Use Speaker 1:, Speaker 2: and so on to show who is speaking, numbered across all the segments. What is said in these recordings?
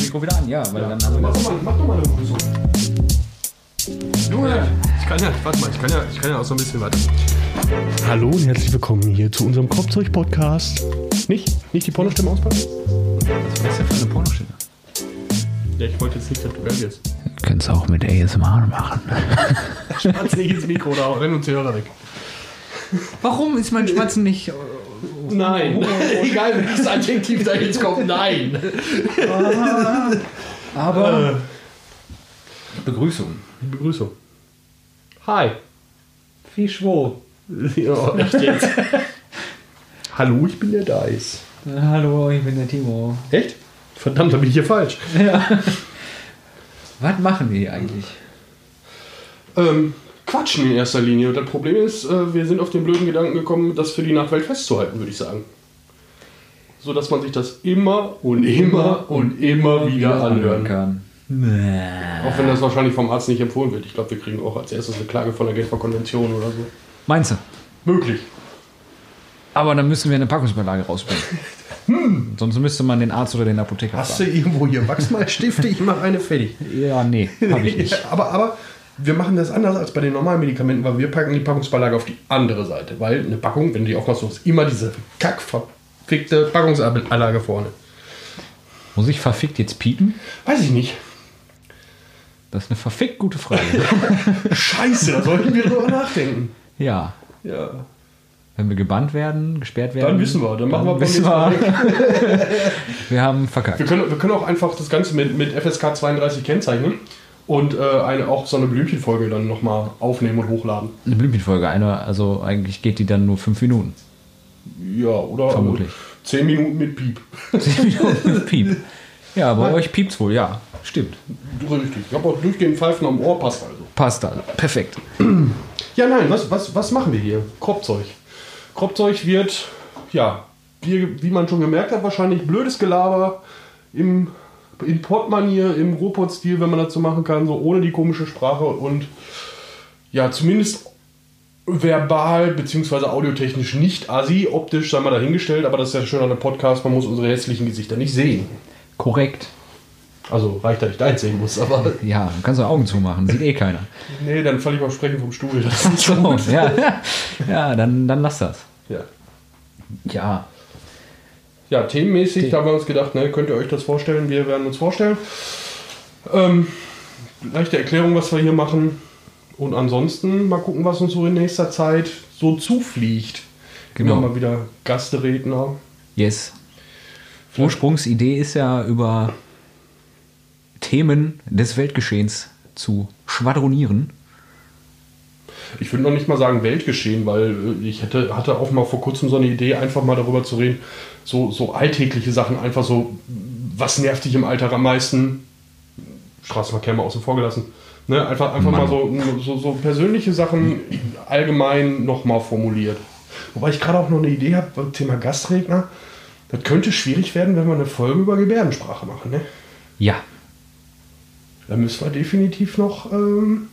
Speaker 1: Mikro wieder an, ja, weil dann haben wir
Speaker 2: Mach
Speaker 1: das.
Speaker 2: doch mal, mach doch mal eine Begrüßung.
Speaker 3: Junge, ich kann ja, warte mal, ich kann ja, ich kann ja auch so ein bisschen was.
Speaker 2: Hallo und herzlich willkommen hier zu unserem Kopfzeug-Podcast. Nicht? Nicht die Pornostimme auspacken?
Speaker 1: Was ist denn für eine Pornoschiene?
Speaker 3: Ja, ich wollte jetzt nicht, dass du ärgerst.
Speaker 1: Könntest auch mit ASMR machen.
Speaker 3: Kannst nicht ins Mikro da, renn uns die Hörer weg.
Speaker 1: Warum ist mein Schmatzen nicht.
Speaker 3: Nein, egal welches Adjektiv da jetzt kommt, nein.
Speaker 1: Aber. Äh. Begrüßung.
Speaker 3: Begrüßung. Hi.
Speaker 1: Wie schwo.
Speaker 3: Ja, echt jetzt. Hallo, ich bin der Dice.
Speaker 1: Hallo, ich bin der Timo.
Speaker 3: Echt? Verdammt, da bin ich hier falsch.
Speaker 1: Was machen wir hier eigentlich?
Speaker 3: Ähm, quatschen in erster Linie. Und das Problem ist, äh, wir sind auf den blöden Gedanken gekommen, das für die Nachwelt festzuhalten, würde ich sagen. So dass man sich das immer und immer und immer wieder anhören kann.
Speaker 1: kann.
Speaker 3: Auch wenn das wahrscheinlich vom Arzt nicht empfohlen wird. Ich glaube, wir kriegen auch als erstes eine Klage von der Genfer Konvention oder so.
Speaker 1: Meinst du?
Speaker 3: Möglich.
Speaker 1: Aber dann müssen wir eine Packungsbeilage rausbringen. Sonst müsste man den Arzt oder den Apotheker
Speaker 4: Hast du irgendwo hier Wachsmalstifte? Ich mache eine fertig.
Speaker 1: fragen. Ja, nee, habe ich nicht.
Speaker 4: Ja, aber, aber wir machen das anders als bei den normalen Medikamenten, weil wir packen die Packungsbeilage auf die andere Seite. Weil eine Packung, wenn du die aufmachst, ist immer diese kackverfickte Packungsbeilage vorne.
Speaker 1: Muss ich verfickt jetzt piepen?
Speaker 4: Weiß ich nicht.
Speaker 1: Das ist eine verfickt gute Frage.
Speaker 4: Scheiße, da sollten wir drüber nachdenken.
Speaker 1: ja.
Speaker 4: Ja.
Speaker 1: Wenn wir gebannt werden, gesperrt werden.
Speaker 4: Dann wissen wir, dann machen wir beim
Speaker 1: wissen
Speaker 4: nächsten
Speaker 1: wir. wir haben verkackt.
Speaker 4: Wir können, wir können auch einfach das Ganze mit, mit FSK 32 kennzeichnen und äh, eine, auch so eine Blümchenfolge dann nochmal aufnehmen und hochladen.
Speaker 1: Eine Blümchenfolge, eine, also eigentlich geht die dann nur fünf Minuten.
Speaker 4: Ja, oder?
Speaker 1: Vermutlich.
Speaker 4: 10 Minuten mit Piep.
Speaker 1: Zehn Minuten mit Piep. Ja, bei euch piept's wohl, ja. Stimmt.
Speaker 4: Richtig. Ich habe auch durchgehend Pfeifen am Ohr, passt also.
Speaker 1: Passt da. Perfekt.
Speaker 4: Ja, nein, was, was, was machen wir hier? Kropfzeug. Kropfzeug wird, ja, wie, wie man schon gemerkt hat, wahrscheinlich blödes Gelaber im, in Pott-Manier, im Ruhrpott-Stil, wenn man dazu machen kann, so ohne die komische Sprache und ja, zumindest verbal bzw. audiotechnisch nicht assi, optisch sei mal dahingestellt, aber das ist ja schön an einem Podcast, man muss unsere hässlichen Gesichter nicht sehen.
Speaker 1: Korrekt.
Speaker 4: Also reicht, dass ich deins sehen muss, aber
Speaker 1: Ja, dann kannst du Augen zumachen, sieht eh keiner.
Speaker 4: nee, dann falle ich beim Sprechen vom Stuhl. Das ist
Speaker 1: So, ja, ja dann, dann lass das.
Speaker 4: ja.
Speaker 1: Ja.
Speaker 4: Ja, themenmäßig, da haben wir uns gedacht, ne, könnt ihr euch das vorstellen? Wir werden uns vorstellen. Ähm, leichte Erklärung, was wir hier machen. Und ansonsten mal gucken, was uns so in nächster Zeit so zufliegt.
Speaker 1: Genau.
Speaker 4: Immer mal wieder Gastredner.
Speaker 1: Yes. Ursprungsidee ist ja, über Themen des Weltgeschehens zu schwadronieren.
Speaker 4: Ich würde noch nicht mal sagen Weltgeschehen, weil äh, ich hätte, hatte auch mal vor kurzem so eine Idee, einfach mal darüber zu reden, so, so alltägliche Sachen, einfach so, was nervt dich im Alltag am meisten? Straßenverkehr mal außen vor gelassen. Ne, einfach einfach mal so, so, so persönliche Sachen allgemein nochmal formuliert. Wobei ich gerade auch noch eine Idee habe beim Thema Gastredner. Das könnte schwierig werden, wenn wir eine Folge über Gebärdensprache machen. Ne?
Speaker 1: Ja.
Speaker 4: Da müssen wir definitiv noch. Ähm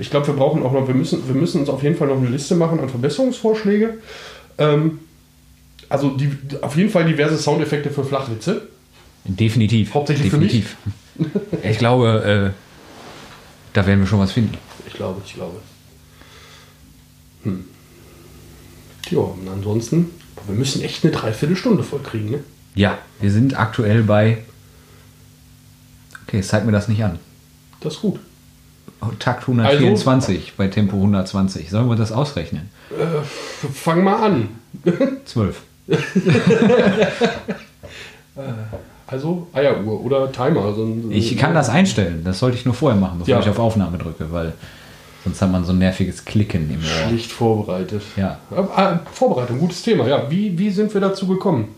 Speaker 4: ich glaube, wir brauchen auch noch, wir müssen, wir müssen uns auf jeden Fall noch eine Liste machen an Verbesserungsvorschläge. Ähm, also die, auf jeden Fall diverse Soundeffekte für Flachwitze.
Speaker 1: Definitiv.
Speaker 4: Hauptsächlich für
Speaker 1: Definitiv. Ich glaube, äh, da werden wir schon was finden.
Speaker 4: Ich glaube, ich glaube. Hm. Ja, und ansonsten, boah, wir müssen echt eine Dreiviertelstunde vollkriegen, ne?
Speaker 1: Ja, wir sind aktuell bei. Okay, jetzt zeigt mir das nicht an.
Speaker 4: Das ist gut.
Speaker 1: Takt 124 bei Tempo 120. Sollen wir das ausrechnen?
Speaker 4: Fang mal an.
Speaker 1: 12.
Speaker 4: Also Eieruhr oder Timer. So ein,
Speaker 1: Ich kann das einstellen. Das sollte ich nur vorher machen, bevor
Speaker 4: Ja.
Speaker 1: ich auf Aufnahme drücke, weil sonst hat man so ein nerviges Klicken im Ohr.
Speaker 4: Schlicht vorbereitet.
Speaker 1: Ja.
Speaker 4: Ah, Vorbereitung, gutes Thema. Ja, wie, wie sind wir dazu gekommen?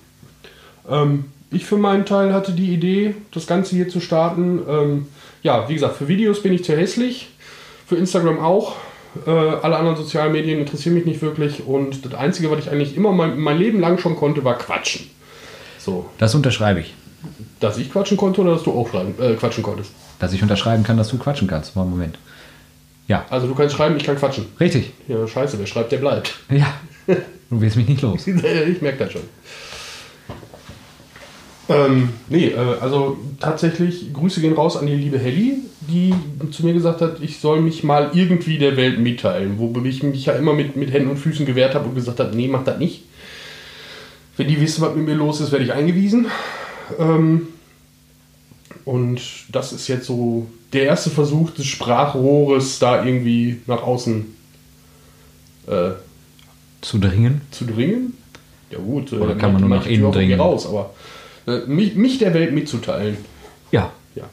Speaker 4: Ähm, ich für meinen Teil hatte die Idee, das Ganze hier zu starten. Ähm, ja, wie gesagt, für Videos bin ich zu hässlich, für Instagram auch. Äh, alle anderen sozialen Medien interessieren mich nicht wirklich und das Einzige, was ich eigentlich immer mein, mein Leben lang schon konnte, war quatschen. So,
Speaker 1: Das unterschreibe ich.
Speaker 4: dass ich quatschen konnte oder dass du auch schreiben, äh, quatschen konntest.
Speaker 1: Dass ich unterschreiben kann, dass du quatschen kannst. Mal einen Moment. Ja,
Speaker 4: Also du kannst schreiben, ich kann quatschen.
Speaker 1: richtig.
Speaker 4: Ja, scheiße, wer schreibt, der bleibt.
Speaker 1: Ja. Du wirst mich nicht los.
Speaker 4: ich merke das schon. Ähm, nee, äh, also tatsächlich, Grüße gehen raus an die liebe Helly, die zu mir gesagt hat, ich soll mich mal irgendwie der Welt mitteilen, wo ich mich ja immer mit, mit Händen und Füßen gewehrt habe und gesagt habe, nee, mach das nicht. Wenn die wissen, was mit mir los ist, werde ich eingewiesen. Ähm, und das ist jetzt so der erste Versuch des Sprachrohres, da irgendwie nach außen äh,
Speaker 1: Zu dringen?
Speaker 4: zu dringen. Ja gut, äh,
Speaker 1: Oder kann man nur nach
Speaker 4: manche Tür
Speaker 1: innen
Speaker 4: auch irgendwie
Speaker 1: dringen?
Speaker 4: raus, aber äh, mich, mich der Welt mitzuteilen.
Speaker 1: Ja.
Speaker 4: Ja. Und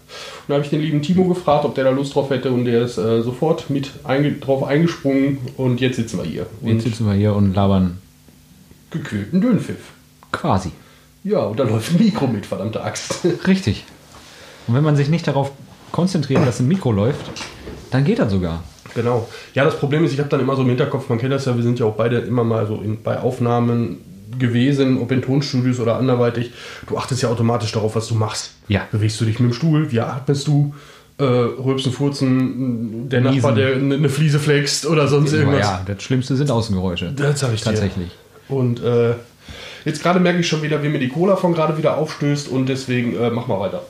Speaker 4: da habe ich den lieben Timo gefragt, ob der da Lust drauf hätte und der ist äh, sofort mit einge drauf eingesprungen und jetzt sitzen wir hier. Und
Speaker 1: Jetzt sitzen wir hier und labern
Speaker 4: gekühlten Dünnpfiff.
Speaker 1: quasi.
Speaker 4: Ja, und da läuft ein Mikro mit, verdammte Axt.
Speaker 1: Richtig. Und wenn man sich nicht darauf konzentriert, dass ein Mikro läuft, dann geht das sogar.
Speaker 4: Genau. Ja, das Problem ist, ich habe dann immer so im Hinterkopf, man kennt das ja, wir sind ja auch beide immer mal so in, bei Aufnahmen gewesen, ob in Tonstudios oder anderweitig. Du achtest ja automatisch darauf, was du machst.
Speaker 1: Ja.
Speaker 4: Bewegst du dich mit dem Stuhl? Wie atmest du? Äh, rülpsen, furzen, der
Speaker 1: Niesen.
Speaker 4: Nachbar, der eine ne Fliese flext oder sonst irgendwas.
Speaker 1: Ja, das Schlimmste sind Außengeräusche.
Speaker 4: Das sag ich dir.
Speaker 1: Tatsächlich.
Speaker 4: Und äh, jetzt gerade merke ich schon wieder, wie mir die Cola von gerade wieder aufstößt und deswegen äh, mach mal weiter.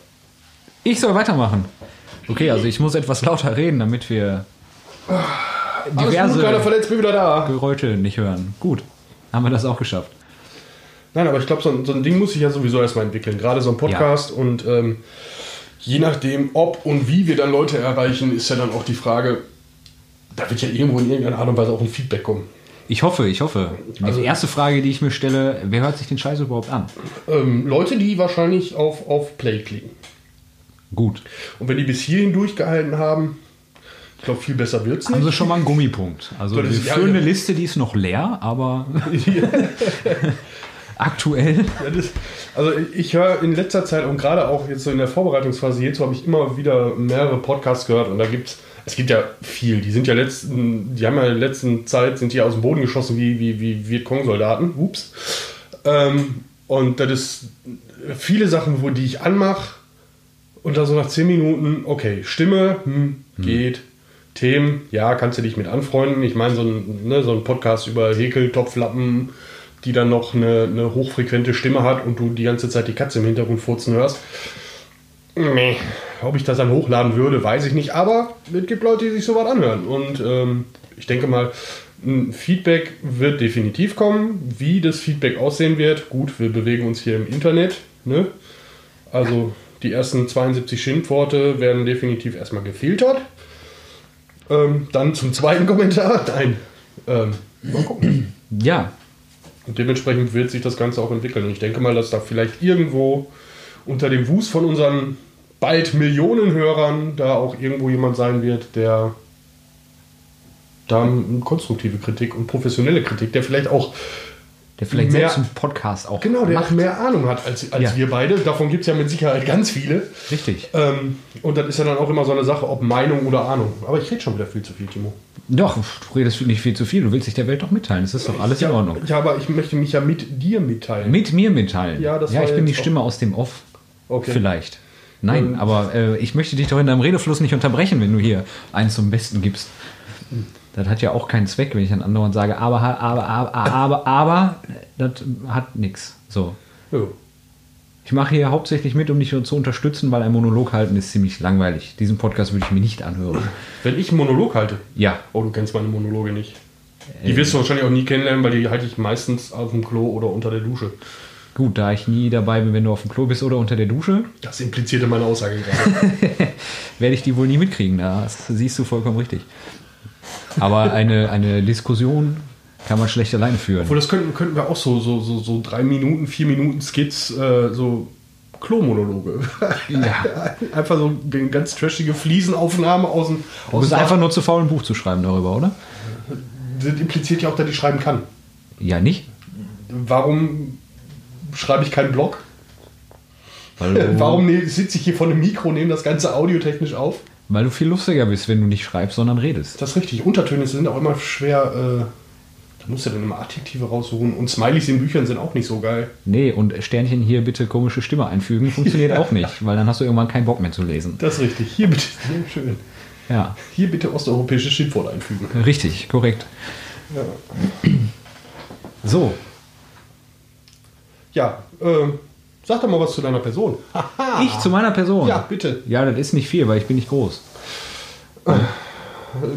Speaker 1: Ich soll weitermachen. Okay, also ich muss etwas lauter reden, damit wir
Speaker 4: Alles gut, keiner
Speaker 1: diverse
Speaker 4: verletzt, bin wieder da.
Speaker 1: Geräusche nicht hören. Gut, haben wir das auch geschafft.
Speaker 4: Nein, aber ich glaube, so, ein- so ein Ding muss sich ja sowieso erstmal entwickeln. Gerade so ein Podcast und ähm, je nachdem, ob und wie wir dann Leute erreichen, ist ja dann auch die Frage, da wird ja irgendwo in irgendeiner Art und Weise auch ein Feedback kommen.
Speaker 1: Ich hoffe, ich hoffe. Die
Speaker 4: Also-
Speaker 1: erste Frage, die ich mir stelle, wer hört sich den Scheiß überhaupt an?
Speaker 4: Ähm, Leute, die wahrscheinlich auf, auf Play klicken.
Speaker 1: Gut.
Speaker 4: Und wenn die bis hierhin durchgehalten haben, ich glaube, viel besser wird's nicht.
Speaker 1: Haben sie schon mal einen Gummipunkt. Also
Speaker 4: Das
Speaker 1: wir
Speaker 4: ist- ja,
Speaker 1: führen
Speaker 4: ja. genau.
Speaker 1: eine Liste, die ist noch leer, aber aktuell.
Speaker 4: Ja, das, also ich höre in letzter Zeit und gerade auch jetzt so in der Vorbereitungsphase hierzu habe ich immer wieder mehrere Podcasts gehört und da gibt's es gibt ja viel. Die sind ja letzten, die haben ja in der letzten Zeit sind die aus dem Boden geschossen wie wie wie Vietcong-Soldaten. Ups. Ähm, und das ist viele Sachen, wo die ich anmache und da so nach 10 Minuten, okay, Stimme, hm, geht. Themen, ja, kannst du dich mit anfreunden. Ich meine, so ein, ne, so ein Podcast über Häkel, Topflappen, die dann noch eine, eine hochfrequente Stimme hat und du die ganze Zeit die Katze im Hintergrund furzen hörst. Nee, ob ich das dann hochladen würde, weiß ich nicht. Aber es gibt Leute, die sich sowas anhören. Und ähm, ich denke mal, ein Feedback wird definitiv kommen. Wie das Feedback aussehen wird, gut, wir bewegen uns hier im Internet. Ne? Also die ersten 72 Schimpfworte werden definitiv erstmal gefiltert. Ähm, dann zum zweiten Kommentar. Nein. Ähm, mal gucken.
Speaker 1: Ja,
Speaker 4: Und dementsprechend wird sich das Ganze auch entwickeln. Und ich denke mal, dass da vielleicht irgendwo unter dem Wust von unseren bald Millionen Hörern da auch irgendwo jemand sein wird, der da konstruktive Kritik und professionelle Kritik, der vielleicht auch
Speaker 1: der vielleicht
Speaker 4: Mehr-
Speaker 1: selbst einen Podcast auch
Speaker 4: genau, der
Speaker 1: macht.
Speaker 4: mehr Ahnung hat als, als
Speaker 1: Ja.
Speaker 4: wir beide. Davon gibt es ja mit Sicherheit ganz viele.
Speaker 1: Richtig.
Speaker 4: Ähm, und das ist ja dann auch immer so eine Sache, ob Meinung oder Ahnung. Aber ich rede schon wieder viel zu viel, Timo.
Speaker 1: Doch, du redest nicht viel zu viel. Du willst dich der Welt doch mitteilen. Das ist doch alles in Ordnung.
Speaker 4: Ja, aber ich möchte mich ja mit dir mitteilen.
Speaker 1: Mit mir mitteilen.
Speaker 4: Ja, das war
Speaker 1: ich bin
Speaker 4: jetzt
Speaker 1: die
Speaker 4: auch-
Speaker 1: Stimme aus dem Off.
Speaker 4: Okay.
Speaker 1: Vielleicht. Nein, aber äh, ich möchte dich doch in deinem Redefluss nicht unterbrechen, wenn du hier eins zum Besten gibst. Das hat ja auch keinen Zweck, wenn ich dann andauernd sage, aber, aber, aber, aber, aber, das hat nichts. So.
Speaker 4: Ja.
Speaker 1: Ich mache hier hauptsächlich mit, um dich zu unterstützen, weil ein Monolog halten ist ziemlich langweilig. Diesen Podcast würde ich mir nicht anhören.
Speaker 4: Wenn ich einen Monolog halte.
Speaker 1: Ja.
Speaker 4: Oh, du kennst meine Monologe nicht. Die wirst du wahrscheinlich auch nie kennenlernen, weil die halte ich meistens auf dem Klo oder unter der Dusche.
Speaker 1: Gut, da ich nie dabei bin, wenn du auf dem Klo bist oder unter der Dusche,
Speaker 4: Das implizierte meine Aussage gerade.
Speaker 1: werde ich die wohl nie mitkriegen. Das siehst du vollkommen richtig. Aber eine, eine Diskussion kann man schlecht alleine führen.
Speaker 4: Obwohl, das könnten, könnten wir auch so, so, so, so drei Minuten, vier Minuten Skits, äh, so Klo-Monologe.
Speaker 1: Ja.
Speaker 4: einfach so eine ganz trashige Fliesenaufnahme aus dem.
Speaker 1: Du
Speaker 4: Aus
Speaker 1: bist
Speaker 4: dem
Speaker 1: einfach nur zu faul, ein Buch zu schreiben darüber, oder?
Speaker 4: Das impliziert ja auch, dass ich schreiben kann.
Speaker 1: Ja, nicht?
Speaker 4: Warum schreibe ich keinen Blog?
Speaker 1: Weil du,
Speaker 4: Warum ne- sitze ich hier vor einem Mikro, nehme das Ganze audiotechnisch auf?
Speaker 1: Weil du viel lustiger bist, wenn du nicht schreibst, sondern redest.
Speaker 4: Das ist richtig. Untertöne sind auch immer schwer. Äh, da musst du dann immer Adjektive raussuchen. Und Smileys in Büchern sind auch nicht so geil.
Speaker 1: Nee, und Sternchen hier bitte komische Stimme einfügen, funktioniert auch nicht, weil dann hast du irgendwann keinen Bock mehr zu lesen.
Speaker 4: Das ist richtig. Hier bitte, sehr schön.
Speaker 1: Ja,
Speaker 4: Hier bitte osteuropäische Schimpfwort einfügen.
Speaker 1: richtig, korrekt. So,
Speaker 4: Ja, äh, Sag doch mal was zu deiner Person.
Speaker 1: Ich zu meiner Person.
Speaker 4: Oh Ja, bitte.
Speaker 1: Ja, das ist nicht viel, weil ich bin nicht groß.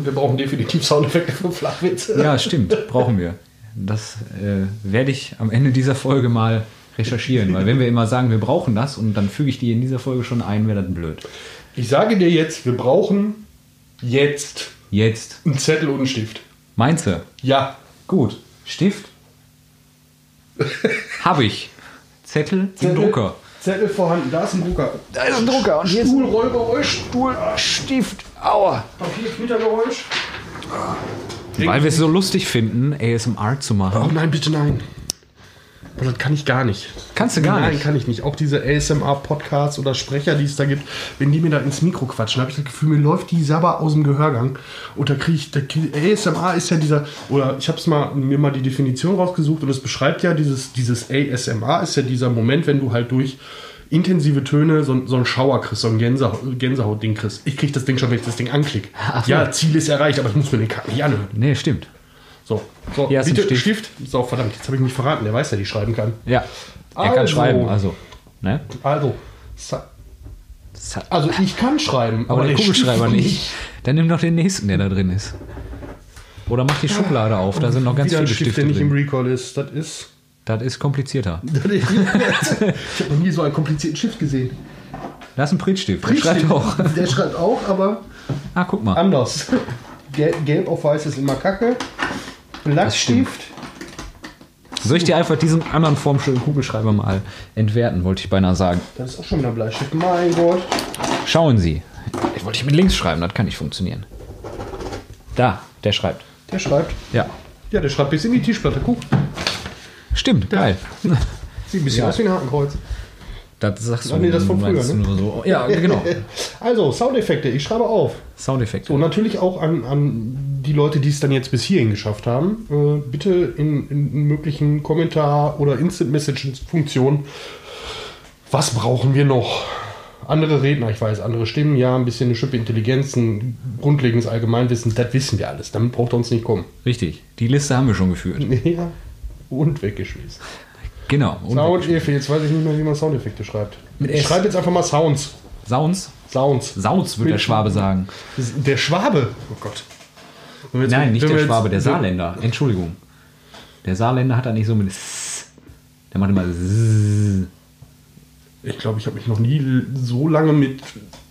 Speaker 4: Wir brauchen definitiv Soundeffekte für Flachwitze.
Speaker 1: Ja, stimmt, brauchen wir. Das äh, werde ich am Ende dieser Folge mal recherchieren, weil wenn wir immer sagen, wir brauchen das und dann füge ich die in dieser Folge schon ein, wäre das blöd.
Speaker 4: Ich sage dir jetzt, wir brauchen jetzt
Speaker 1: Jetzt.
Speaker 4: einen Zettel und einen Stift.
Speaker 1: Meinst du?
Speaker 4: Ja.
Speaker 1: Gut. Stift? Habe ich. Zettel, Zettel? Drucker.
Speaker 4: Zettel vorhanden, da ist ein Drucker.
Speaker 1: Da ist ein Drucker und hier ist
Speaker 4: Stuhlrollgeräusch,
Speaker 1: Stift. Aua.
Speaker 4: Papierknittergeräusch.
Speaker 1: Weil wir es so lustig finden, ASMR zu machen.
Speaker 4: Oh nein, bitte nein. Oh, das kann ich gar nicht.
Speaker 1: Kannst du gar
Speaker 4: nein,
Speaker 1: nicht.
Speaker 4: kann ich nicht. Auch diese ASMR-Podcasts oder Sprecher, die es da gibt, wenn die mir da ins Mikro quatschen, habe ich das Gefühl, mir läuft die Sabber aus dem Gehörgang. Und da kriege ich, da krieg, ASMR ist ja dieser, oder ich habe mal, mir mal die Definition rausgesucht und es beschreibt ja, dieses, dieses ASMR ist ja dieser Moment, wenn du halt durch intensive Töne so, ein- so einen Schauer kriegst, so ein Gänsehaut, Gänsehaut-Ding kriegst. Ich kriege das Ding schon, wenn ich das Ding anklicke.
Speaker 1: Ach so.
Speaker 4: Ja, Ziel ist erreicht, aber ich muss mir den Kack nicht anhören.
Speaker 1: Nee, stimmt.
Speaker 4: So, so
Speaker 1: Hier hast du
Speaker 4: bitte,
Speaker 1: einen
Speaker 4: Stift. So, verdammt, jetzt habe ich mich verraten. Der weiß, dass ich schreiben kann.
Speaker 1: Ja. Er kann
Speaker 4: Also.
Speaker 1: schreiben, also. Ne?
Speaker 4: Also, sa- also ich kann schreiben,
Speaker 1: Aber der
Speaker 4: Stift
Speaker 1: Kugelschreiber nicht. Dann nimm doch den nächsten, der da drin ist. Oder mach die Schublade auf, da sind noch ganz
Speaker 4: Wieder
Speaker 1: viele
Speaker 4: ein Stift,
Speaker 1: Stifte
Speaker 4: der nicht im
Speaker 1: drin.
Speaker 4: Recall ist. Das ist.
Speaker 1: Das ist komplizierter.
Speaker 4: Das ist ich habe noch nie so einen komplizierten Stift gesehen.
Speaker 1: Das ist ein Prittstift. Der schreibt auch.
Speaker 4: Der schreibt auch, aber
Speaker 1: Ah, guck mal.
Speaker 4: anders. Gelb, gelb auf weiß ist immer Kacke. Lackstift.
Speaker 1: Soll ich dir einfach diesen anderen formschönen Kugelschreiber mal entwerten, wollte ich beinahe sagen.
Speaker 4: Das ist auch schon wieder ein Bleistift. Mein Gott.
Speaker 1: Schauen Sie. Ich wollte ich mit links schreiben, das kann nicht funktionieren. Da, der schreibt.
Speaker 4: Der schreibt.
Speaker 1: Ja.
Speaker 4: Ja, der schreibt bis in die Tischplatte. Guck,
Speaker 1: Stimmt, geil.
Speaker 4: sieht ein bisschen
Speaker 1: Ja.
Speaker 4: aus wie ein Hakenkreuz.
Speaker 1: Das sagst du.
Speaker 4: Ach nee, das von früher,
Speaker 1: meinst du
Speaker 4: ne?
Speaker 1: nur so. Ja, genau.
Speaker 4: Also, Soundeffekte. Ich schreibe auf.
Speaker 1: Soundeffekte.
Speaker 4: So, ne? natürlich auch an, an die Leute, die es dann jetzt bis hierhin geschafft haben. Äh, bitte in, in möglichen Kommentar- oder Instant-Message-Funktionen. Was brauchen wir noch? Andere Redner, ich weiß, andere Stimmen, ja, ein bisschen eine Schippe Intelligenz, ein grundlegendes Allgemeinwissen, das wissen wir alles. Damit braucht er uns nicht kommen.
Speaker 1: Richtig. Die Liste haben wir schon geführt.
Speaker 4: Ja. Und weggeschmissen.
Speaker 1: Genau. Und
Speaker 4: Sound, jetzt weiß ich nicht mehr, wie man Soundeffekte schreibt.
Speaker 1: Mit
Speaker 4: ich
Speaker 1: S.
Speaker 4: schreibe jetzt einfach mal Sounds.
Speaker 1: Sounds.
Speaker 4: Sounds.
Speaker 1: Sauts, würde der Schwabe sagen.
Speaker 4: Der Schwabe. Oh Gott. Wenn wir jetzt-
Speaker 1: Nein, nicht
Speaker 4: Also wenn
Speaker 1: der
Speaker 4: wir jetzt-
Speaker 1: Schwabe, der
Speaker 4: wenn-
Speaker 1: Saarländer. Entschuldigung. Der Saarländer hat da nicht so mit. S. Der macht immer. S.
Speaker 4: Ich glaube, ich habe mich noch nie l- so lange mit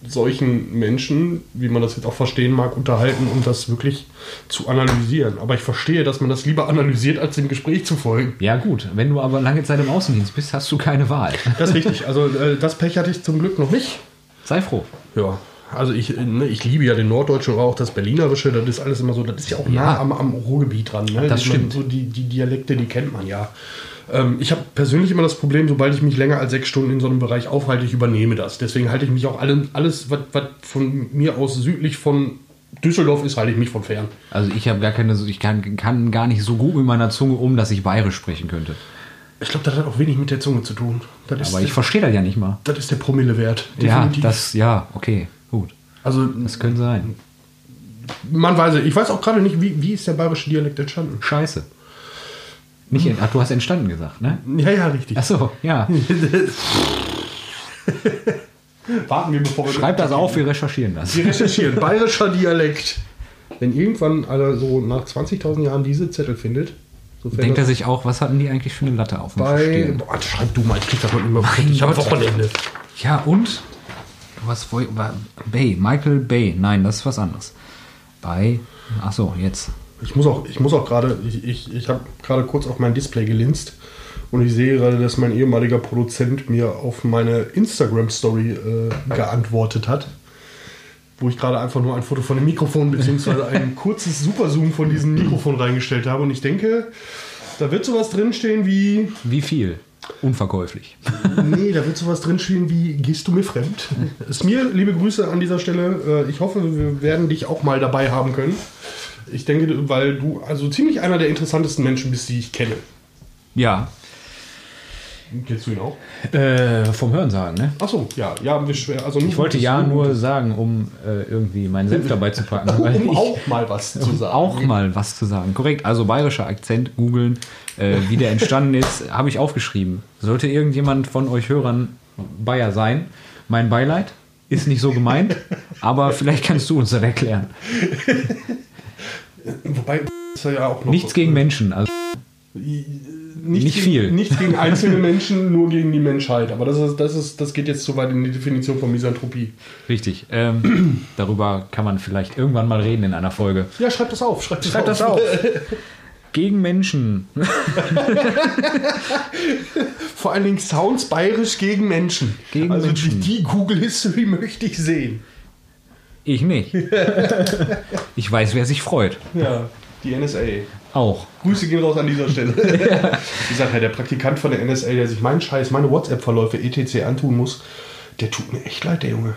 Speaker 4: solchen Menschen, wie man das jetzt auch verstehen mag, unterhalten, um das wirklich zu analysieren. Aber ich verstehe, dass man das lieber analysiert, als dem Gespräch zu folgen.
Speaker 1: Ja, gut. Wenn du aber lange Zeit im Außendienst bist, hast du keine Wahl.
Speaker 4: Das ist richtig. Also äh, das Pech hatte ich zum Glück noch nicht.
Speaker 1: Sei froh.
Speaker 4: Ja, also ich, äh, ne, ich liebe ja den Norddeutschen oder auch das Berlinerische. Das ist alles immer so, das ist ja auch nah
Speaker 1: Ja.
Speaker 4: am, am Ruhrgebiet dran. Ne?
Speaker 1: Das
Speaker 4: Ich meine,
Speaker 1: stimmt.
Speaker 4: So die, die Dialekte, die kennt man ja. Ähm, ich habe persönlich immer das Problem, sobald ich mich länger als sechs Stunden in so einem Bereich aufhalte, ich übernehme das. Deswegen halte ich mich auch alle, alles, was was von mir aus südlich von Düsseldorf ist, halte ich mich von fern.
Speaker 1: Also ich habe gar keine, ich kann, kann gar nicht so gut mit meiner Zunge um, dass ich bayerisch sprechen könnte.
Speaker 4: Ich glaube, das hat auch wenig mit der Zunge zu tun. Das ist,
Speaker 1: Aber ich verstehe das ja nicht mal.
Speaker 4: das ist der Promillewert.
Speaker 1: Ja, das, ja, okay, gut.
Speaker 4: also
Speaker 1: Das könnte sein.
Speaker 4: man weiß, ich weiß auch gerade nicht, wie, wie ist der bayerische Dialekt entstanden.
Speaker 1: Scheiße. Nicht, ent- ach, du hast entstanden gesagt, ne?
Speaker 4: Ja, ja, richtig.
Speaker 1: Ach so, ja.
Speaker 4: Warten wir, bevor wir.
Speaker 1: Schreib das auf, wir recherchieren das.
Speaker 4: Wir recherchieren. Bayerischer Dialekt. Wenn irgendwann einer so nach 20.000 Jahren diese Zettel findet, sofern
Speaker 1: Denkt er
Speaker 4: das
Speaker 1: sich auch, was hatten die eigentlich für eine Latte auf dem
Speaker 4: bei.
Speaker 1: Stehen?
Speaker 4: Boah, schreib du mal, ich krieg das heute immer Ich hab
Speaker 1: Gott.
Speaker 4: Wochenende.
Speaker 1: Ja, und? Was woll- war Bay, Michael Bay. Nein, das ist was anderes. Bei, ach so, jetzt.
Speaker 4: Ich muss auch, ich muss auch gerade, ich, ich, ich habe gerade kurz auf mein Display gelinst und ich sehe gerade, dass mein ehemaliger Produzent mir auf meine Instagram-Story äh, geantwortet hat. Wo ich gerade einfach nur ein Foto von dem Mikrofon beziehungsweise ein kurzes Superzoom von diesem Mikrofon reingestellt habe. Und ich denke, da wird sowas drinstehen wie.
Speaker 1: Wie viel? Unverkäuflich.
Speaker 4: Nee, da wird sowas drinstehen wie: Gehst du mir fremd? Ist mir, liebe Grüße an dieser Stelle. Äh, Ich hoffe, wir werden dich auch mal dabei haben können. Ich denke, weil du also ziemlich einer der interessantesten Menschen bist, die ich kenne.
Speaker 1: Ja.
Speaker 4: Kennst du ihn auch?
Speaker 1: Äh, vom Hörensagen, ne?
Speaker 4: Achso, ja, ja, haben wir schwer. Also
Speaker 1: Ich wollte ja nur sagen, um äh, irgendwie meinen Senf dabei zu packen. weil
Speaker 4: um
Speaker 1: ich
Speaker 4: auch mal was zu sagen.
Speaker 1: auch mal was zu sagen. Korrekt, also bayerischer Akzent googeln, äh, wie der entstanden ist, habe ich aufgeschrieben. Sollte irgendjemand von euch Hörern Bayer sein, mein Beileid ist nicht so gemeint, aber vielleicht kannst du uns das erklären.
Speaker 4: Wobei ist er ja auch noch
Speaker 1: Nichts gegen Menschen, also
Speaker 4: nicht,
Speaker 1: Nicht
Speaker 4: gegen-
Speaker 1: viel.
Speaker 4: Nicht gegen einzelne Menschen, nur gegen die Menschheit. Aber das, ist, das, ist, das geht jetzt zu weit in die Definition von Misanthropie.
Speaker 1: richtig. Ähm, darüber kann man vielleicht irgendwann mal reden in einer Folge.
Speaker 4: Ja, schreib das auf. Schreib das
Speaker 1: Schreibt
Speaker 4: auf.
Speaker 1: das auf. Gegen Menschen.
Speaker 4: Vor allen Dingen Sounds bayerisch gegen Menschen.
Speaker 1: Gegen
Speaker 4: also
Speaker 1: Menschen.
Speaker 4: Die, die Google History möchte ich sehen.
Speaker 1: Ich nicht. Ich weiß, wer sich freut.
Speaker 4: Ja, die NSA.
Speaker 1: Auch.
Speaker 4: Grüße gehen raus an dieser Stelle. Ich sag ja, der Praktikant von der NSA, der sich meinen Scheiß, meine WhatsApp-Verläufe etc. antun muss, der tut mir echt leid, der Junge.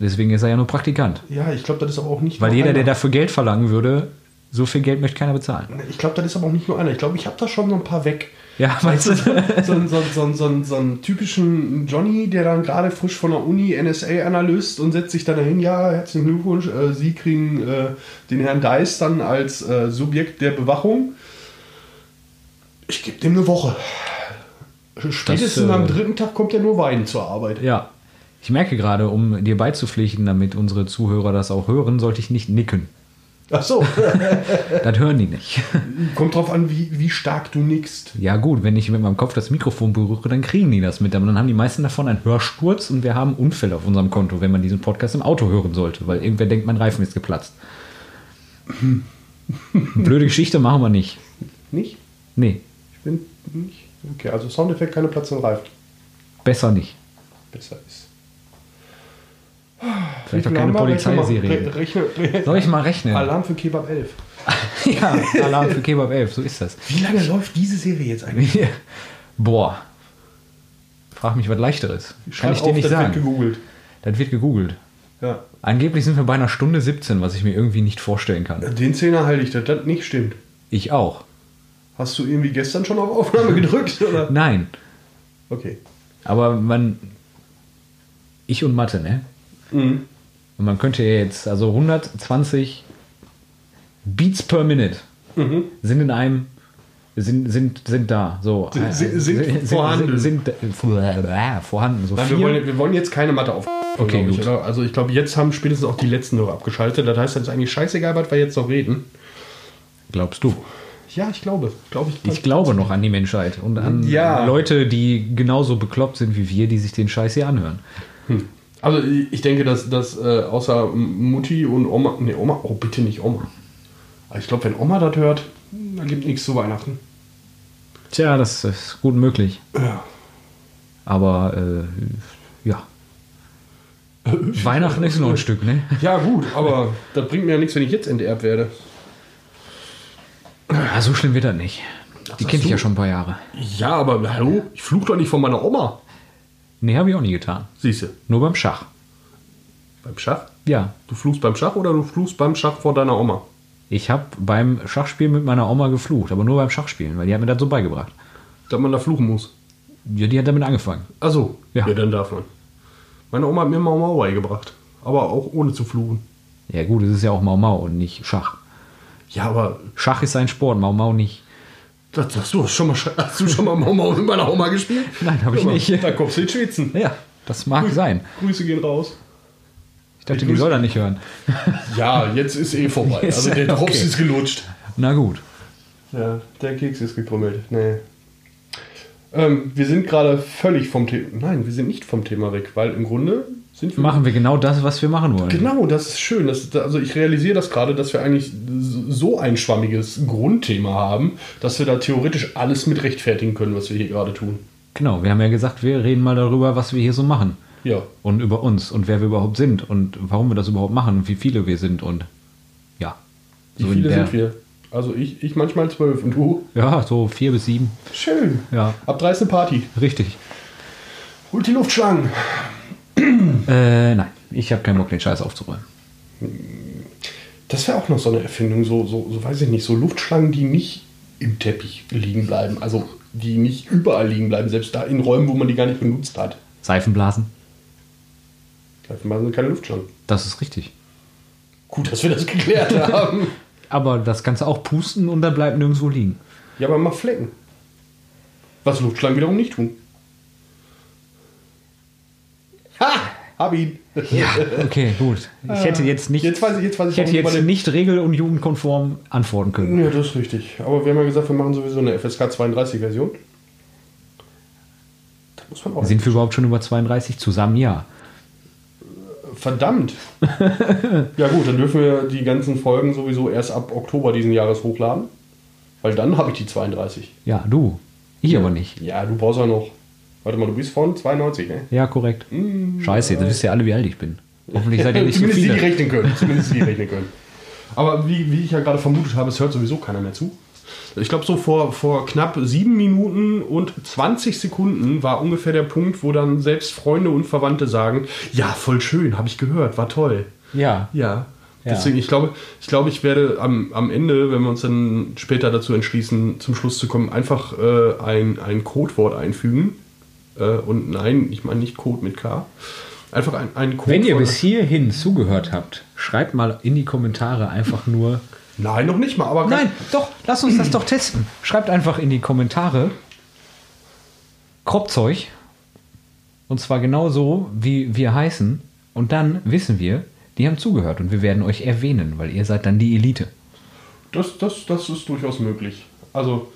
Speaker 1: Deswegen ist er ja nur Praktikant.
Speaker 4: Ja, ich glaube, das ist aber auch nicht
Speaker 1: Weil
Speaker 4: nur
Speaker 1: jeder, der
Speaker 4: einer.
Speaker 1: dafür Geld verlangen würde, so viel Geld möchte keiner bezahlen.
Speaker 4: Ich glaube, das ist aber auch nicht nur einer. Ich glaube, ich habe da schon so ein paar weg.
Speaker 1: Ja, weißt du?
Speaker 4: So einen so, einen- so, einen- so, einen- so einen typischen Johnny, der dann gerade frisch von der Uni NSA-Analyst und setzt sich dann dahin, ja, herzlichen Glückwunsch, äh, Sie kriegen äh, den Herrn Deis dann als äh, Subjekt der Bewachung. Ich gebe dem eine Woche. Spätestens
Speaker 1: äh,
Speaker 4: am dritten Tag kommt er nur weinen zur Arbeit.
Speaker 1: Ja. Ich merke gerade, um dir beizupflichten, damit unsere Zuhörer das auch hören, sollte ich nicht nicken.
Speaker 4: Ach so.
Speaker 1: Das hören die nicht.
Speaker 4: kommt drauf an, wie, wie stark du nickst.
Speaker 1: Ja gut, wenn ich mit meinem Kopf das Mikrofon berühre, dann kriegen die das mit. Aber dann haben die meisten davon einen Hörsturz und wir haben Unfälle auf unserem Konto, wenn man diesen Podcast im Auto hören sollte, weil irgendwer denkt, mein Reifen ist geplatzt. Blöde Geschichte machen wir nicht.
Speaker 4: Nicht?
Speaker 1: Nee,
Speaker 4: Ich bin nicht. Okay, also Soundeffekt, keine Platz im Reifen.
Speaker 1: besser nicht.
Speaker 4: Besser ist.
Speaker 1: Vielleicht auch keine Polizeiserie.
Speaker 4: Rechne, rechne,
Speaker 1: Soll ich mal rechnen?
Speaker 4: Alarm für Kebab 11.
Speaker 1: Ja, Alarm für Kebab 11, so ist das.
Speaker 4: Wie lange läuft diese Serie jetzt eigentlich?
Speaker 1: Boah. Frag mich was leichteres. Kann
Speaker 4: Schreib
Speaker 1: ich dir
Speaker 4: auf,
Speaker 1: nicht
Speaker 4: das wird
Speaker 1: sagen.
Speaker 4: gegoogelt.
Speaker 1: Das wird gegoogelt.
Speaker 4: Ja.
Speaker 1: Angeblich sind wir bei einer Stunde 17, was ich mir irgendwie nicht vorstellen kann.
Speaker 4: Den Zehner halte ich, dass das nicht stimmt.
Speaker 1: Ich auch.
Speaker 4: Hast du irgendwie gestern schon auf Aufnahme gedrückt? Oder?
Speaker 1: Nein.
Speaker 4: Okay.
Speaker 1: Aber man. Ich und Mathe, ne?
Speaker 4: Mhm.
Speaker 1: Und man könnte ja jetzt, also 120 Beats per Minute
Speaker 4: Mhm.
Speaker 1: sind in einem. Sind, sind, sind da. So. Äh,
Speaker 4: Sind- sind- sind vorhanden.
Speaker 1: Sind, sind, äh, vorhanden. So
Speaker 4: Nein, wir,
Speaker 1: vier-
Speaker 4: wollen, wir wollen jetzt keine Mathe auf.
Speaker 1: Okay,
Speaker 4: glaub ich,
Speaker 1: gut.
Speaker 4: oder? Also ich glaube, jetzt haben spätestens auch die letzten nur abgeschaltet. Das heißt, das ist eigentlich scheißegal, was wir jetzt noch reden.
Speaker 1: Glaubst du?
Speaker 4: Ja, ich glaube. Glaube ich.
Speaker 1: Ich glaube noch an die Menschheit und an
Speaker 4: Ja.
Speaker 1: Leute, die genauso bekloppt sind wie wir, die sich den Scheiß hier anhören.
Speaker 4: Also ich denke, dass, dass äh, außer Mutti und Oma. Ne, Oma. Oh, bitte nicht Oma. Aber ich glaube, wenn Oma das hört, da gibt nichts zu Weihnachten.
Speaker 1: Tja, das ist gut möglich.
Speaker 4: Ja.
Speaker 1: Aber äh, ja. Weihnachten ist noch ein Stück, ne?
Speaker 4: Ja, gut, aber das bringt mir ja nichts, wenn ich jetzt enterbt werde.
Speaker 1: Ja, Ah, so schlimm wird das nicht. Die kenne ich ja schon ein paar Jahre.
Speaker 4: Ja, aber hallo? Ich fluch doch nicht von meiner Oma.
Speaker 1: Nee, habe ich auch nie getan.
Speaker 4: Siehste,
Speaker 1: Nur beim Schach.
Speaker 4: beim Schach?
Speaker 1: Ja.
Speaker 4: Du fluchst beim Schach oder du fluchst beim Schach vor deiner Oma?
Speaker 1: Ich habe beim Schachspielen mit meiner Oma geflucht, aber nur beim Schachspielen, weil die hat mir das so beigebracht.
Speaker 4: Dass man da fluchen muss.
Speaker 1: Ja, die hat damit angefangen.
Speaker 4: Ach so.
Speaker 1: Ja.
Speaker 4: ja, dann darf man. Meine Oma hat mir mal Mau Mau gebracht. Aber auch ohne zu fluchen.
Speaker 1: Ja gut, es ist ja auch Mau Mau und nicht Schach.
Speaker 4: Ja, aber
Speaker 1: Schach ist ein Sport, Mau Mau nicht.
Speaker 4: das, hast, du schon mal, hast du schon mal Mau Mau mit meiner Oma gespielt?
Speaker 1: Nein, habe ich
Speaker 4: Guck mal,
Speaker 1: nicht.
Speaker 4: Da kommst du ins Schwitzen.
Speaker 1: Ja, das
Speaker 4: Hm.
Speaker 1: mag sein.
Speaker 4: Grüße gehen raus.
Speaker 1: Ich dachte, die soll er nicht hören.
Speaker 4: Ja, jetzt ist eh vorbei.
Speaker 1: Jetzt-
Speaker 4: Also der
Speaker 1: okay.
Speaker 4: Drops ist gelutscht.
Speaker 1: Na gut.
Speaker 4: Ja, der Keks ist gekrümmelt. Nee. Ähm, wir sind gerade völlig vom Thema. Nein, wir sind nicht vom Thema weg, weil im Grunde sind wir.
Speaker 1: Machen wir genau das, was wir machen wollen.
Speaker 4: Genau, das ist schön. Das, also ich realisiere das gerade, dass wir eigentlich so ein schwammiges Grundthema haben, dass wir da theoretisch alles mit rechtfertigen können, was wir hier gerade tun.
Speaker 1: Genau, wir haben ja gesagt, wir reden mal darüber, was wir hier so machen.
Speaker 4: Ja.
Speaker 1: Und über uns und wer wir überhaupt sind und warum wir das überhaupt machen und wie viele wir sind und ja.
Speaker 4: Wie
Speaker 1: So in
Speaker 4: viele
Speaker 1: der-
Speaker 4: sind wir? Also ich, ich manchmal zwölf und du?
Speaker 1: Ja, so vier bis sieben.
Speaker 4: Schön.
Speaker 1: Ja.
Speaker 4: Ab drei ist eine Party.
Speaker 1: Richtig.
Speaker 4: Holt die Luftschlangen.
Speaker 1: Äh, nein, ich habe keinen Bock, den Scheiß aufzuräumen.
Speaker 4: Das wäre auch noch so eine Erfindung, so, so, so weiß ich nicht, so Luftschlangen, die nicht im Teppich liegen bleiben. Also die nicht überall liegen bleiben, selbst da in Räumen, wo man die gar nicht benutzt hat.
Speaker 1: Seifenblasen,
Speaker 4: Seifenblasen sind keine Luftschlangen.
Speaker 1: das ist richtig.
Speaker 4: Gut, dass wir das geklärt haben.
Speaker 1: Aber das kannst du auch pusten und dann bleibt nirgendwo liegen.
Speaker 4: Ja, aber mach Flecken. Was Luftschlangen wiederum nicht tun. Ha! Hab ihn.
Speaker 1: Ja, okay, gut. Ich hätte jetzt nicht,
Speaker 4: Jetzt weiß ich, jetzt weiß ich,
Speaker 1: ich hätte
Speaker 4: warum wir bei
Speaker 1: jetzt nicht regel- und jugendkonform antworten können.
Speaker 4: den- Ja, das ist richtig. Aber wir haben ja gesagt, wir machen sowieso eine FSK 32 Version. Da muss man auch.
Speaker 1: Sind wir überhaupt schon über 32 zusammen? Ja.
Speaker 4: Verdammt. ja gut, dann dürfen wir die ganzen Folgen sowieso erst ab Oktober diesen Jahres hochladen. Weil dann habe ich die 32.
Speaker 1: Ja, du. Ich aber nicht.
Speaker 4: Ja, du brauchst ja noch. Warte mal, du bist von 92, ne?
Speaker 1: Ja, korrekt. Scheiße, jetzt wisst ihr alle, wie alt ich bin. Hoffentlich seid ihr nicht so
Speaker 4: Mm. Zumindest die, die
Speaker 1: viele.
Speaker 4: rechnen können. Zumindest die, die rechnen können. Aber wie, wie ich ja gerade vermutet habe, es hört sowieso keiner mehr zu. Ich glaube, so vor, vor knapp sieben Minuten und 20 Sekunden war ungefähr der Punkt, wo dann selbst Freunde und Verwandte sagen, ja, voll schön, habe ich gehört, war toll.
Speaker 1: Ja,
Speaker 4: Ja.
Speaker 1: Ja.
Speaker 4: Deswegen, ich glaube, ich glaube, ich werde am, am Ende, wenn wir uns dann später dazu entschließen, zum Schluss zu kommen, einfach äh, ein, ein Codewort einfügen. Äh, und nein, ich meine nicht Code mit K. Einfach ein, ein Codewort.
Speaker 1: Wenn ihr bis hierhin zugehört habt, schreibt mal in die Kommentare einfach nur.
Speaker 4: Nein, noch nicht mal, aber
Speaker 1: Nein, doch, lasst uns das doch testen. Schreibt einfach in die Kommentare Kropzeug. Und zwar genau so, wie wir heißen. Und dann wissen wir, die haben zugehört und wir werden euch erwähnen, weil ihr seid dann die Elite.
Speaker 4: Das, das, das ist durchaus möglich. Also,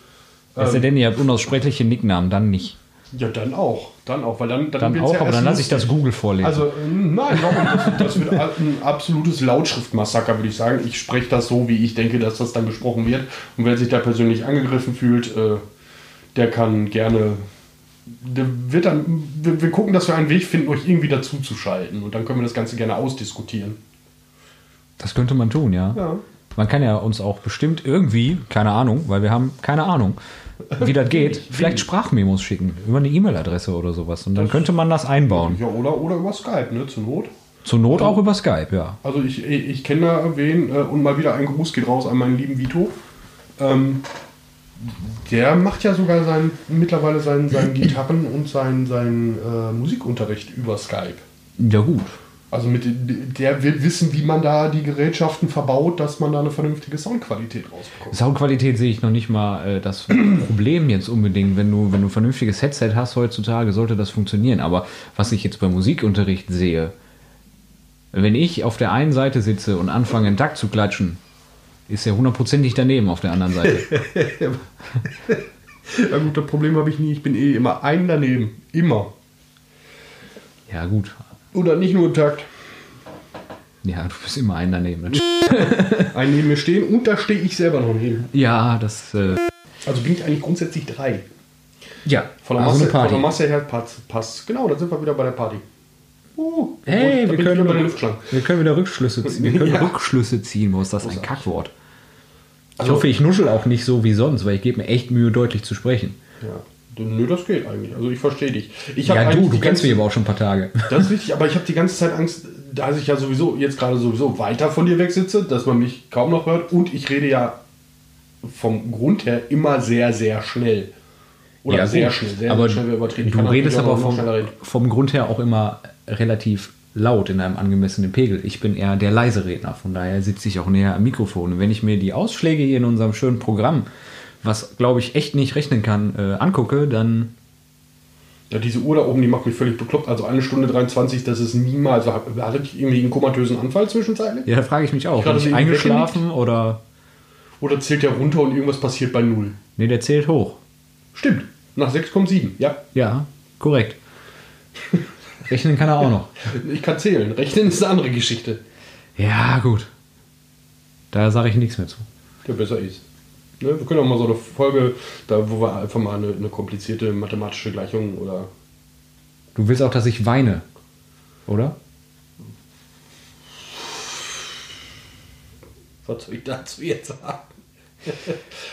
Speaker 1: Es sei
Speaker 4: ähm,
Speaker 1: denn, ihr habt unaussprechliche Nicknamen, dann nicht.
Speaker 4: ja, dann auch. Dann auch, weil dann,
Speaker 1: Dann
Speaker 4: wird's
Speaker 1: auch,
Speaker 4: ja
Speaker 1: aber
Speaker 4: erst
Speaker 1: dann lasse ich das
Speaker 4: lustig.
Speaker 1: Google vorlesen.
Speaker 4: Also, äh, nein, warum? Das, das wird a- ein absolutes Lautschriftmassaker, würde ich sagen. Ich spreche das so, wie ich denke, dass das dann gesprochen wird. Und wer sich da persönlich angegriffen fühlt, äh, der kann gerne. Der wird dann, wir, wir gucken, dass wir einen Weg finden, euch irgendwie dazu zu schalten. Und dann können wir das Ganze gerne ausdiskutieren.
Speaker 1: das könnte man tun, ja.
Speaker 4: Ja.
Speaker 1: Man kann ja uns auch bestimmt irgendwie, keine Ahnung, weil wir haben keine Ahnung, wie das geht, vielleicht Sprachmemos schicken über eine E-Mail-Adresse oder sowas. Und dann könnte man das einbauen.
Speaker 4: Ja, oder, oder über Skype, ne? Zur Not.
Speaker 1: Zur Not auch über Skype, ja.
Speaker 4: Also ich, ich ich kenne da wen äh, und mal wieder ein Gruß geht raus an meinen lieben Vito. Ähm, der macht ja sogar sein, mittlerweile seinen, seinen Gitarren- und seinen, seinen äh, Musikunterricht über Skype.
Speaker 1: Ja, gut.
Speaker 4: Also mit, der will wissen, wie man da die Gerätschaften verbaut, dass man da eine vernünftige Soundqualität rausbekommt.
Speaker 1: Soundqualität sehe ich noch nicht mal äh, das Problem jetzt unbedingt. Wenn du, wenn du ein vernünftiges Headset hast heutzutage, sollte das funktionieren. Aber was ich jetzt beim Musikunterricht sehe, wenn ich auf der einen Seite sitze und anfange, einen Takt zu klatschen, ist er hundertprozentig daneben auf der anderen Seite.
Speaker 4: Ja gut, das Problem habe ich nie. Ich bin eh immer ein daneben. Immer.
Speaker 1: ja, gut.
Speaker 4: Oder nicht nur im Takt.
Speaker 1: Ja, du bist immer ein daneben.
Speaker 4: Ein neben mir stehen und da stehe ich selber noch neben.
Speaker 1: Ja, das. Äh,
Speaker 4: Also bin ich eigentlich grundsätzlich drei.
Speaker 1: ja,
Speaker 4: Von der,
Speaker 1: also
Speaker 4: Masse,
Speaker 1: eine Party.
Speaker 4: von der Masse her passt, passt. Genau, da sind wir wieder bei der Party. Uh,
Speaker 1: Hey,
Speaker 4: da
Speaker 1: wir
Speaker 4: bin ich
Speaker 1: können,
Speaker 4: wieder bei den Luftschlangen.
Speaker 1: wir können wieder Rückschlüsse ziehen. Wir können
Speaker 4: Ja.
Speaker 1: Rückschlüsse ziehen. Wo ist das ein Kackwort? Ich
Speaker 4: Also-
Speaker 1: hoffe, ich nuschel auch nicht so wie sonst, weil ich gebe mir echt Mühe, deutlich zu sprechen.
Speaker 4: Ja. Nö, das geht eigentlich. Also ich verstehe dich. Ich hab
Speaker 1: Ja,
Speaker 4: eigentlich
Speaker 1: du, du
Speaker 4: die
Speaker 1: kennst
Speaker 4: ganze-
Speaker 1: mich aber auch schon ein paar Tage.
Speaker 4: Das ist richtig, aber ich habe die ganze Zeit Angst, da ich ja sowieso jetzt gerade sowieso weiter von dir weg sitze, dass man mich kaum noch hört und ich rede ja vom Grund her immer sehr, sehr schnell. Oder
Speaker 1: ja,
Speaker 4: sehr
Speaker 1: gut.
Speaker 4: schnell, sehr
Speaker 1: aber
Speaker 4: schnell übertreten. Ich
Speaker 1: Du
Speaker 4: kann
Speaker 1: redest
Speaker 4: natürlich
Speaker 1: aber
Speaker 4: auch noch
Speaker 1: vom,
Speaker 4: schneller reden.
Speaker 1: vom Grund her auch immer relativ laut in einem angemessenen Pegel. Ich bin eher der leise Redner, von daher sitze ich auch näher am Mikrofon. Und wenn ich mir die Ausschläge hier in unserem schönen Programm, was glaube ich echt nicht rechnen kann, äh, angucke, dann
Speaker 4: Ja, diese Uhr da oben, die macht mich völlig bekloppt. Also eine Stunde 23, das ist niemals. also Hatte ich irgendwie einen komatösen Anfall zwischenzeitlich?
Speaker 1: ja, da frage ich mich auch,
Speaker 4: Ich glaub,
Speaker 1: bin ich
Speaker 4: deswegen
Speaker 1: eingeschlafen oder
Speaker 4: Oder zählt der runter und irgendwas passiert bei null?
Speaker 1: nee, der zählt hoch.
Speaker 4: Stimmt. Nach 6 kommt 7. Ja,
Speaker 1: Ja, korrekt. Rechnen kann er auch noch.
Speaker 4: ich kann zählen. Rechnen ist eine andere Geschichte.
Speaker 1: Ja, gut. Da sage ich nichts mehr zu.
Speaker 4: Der besser ist. Ne? Wir können auch mal so eine Folge, da wo wir einfach mal eine, eine komplizierte mathematische Gleichung oder.
Speaker 1: Du willst auch, dass ich weine, oder?
Speaker 4: Was soll ich dazu jetzt sagen?
Speaker 1: Die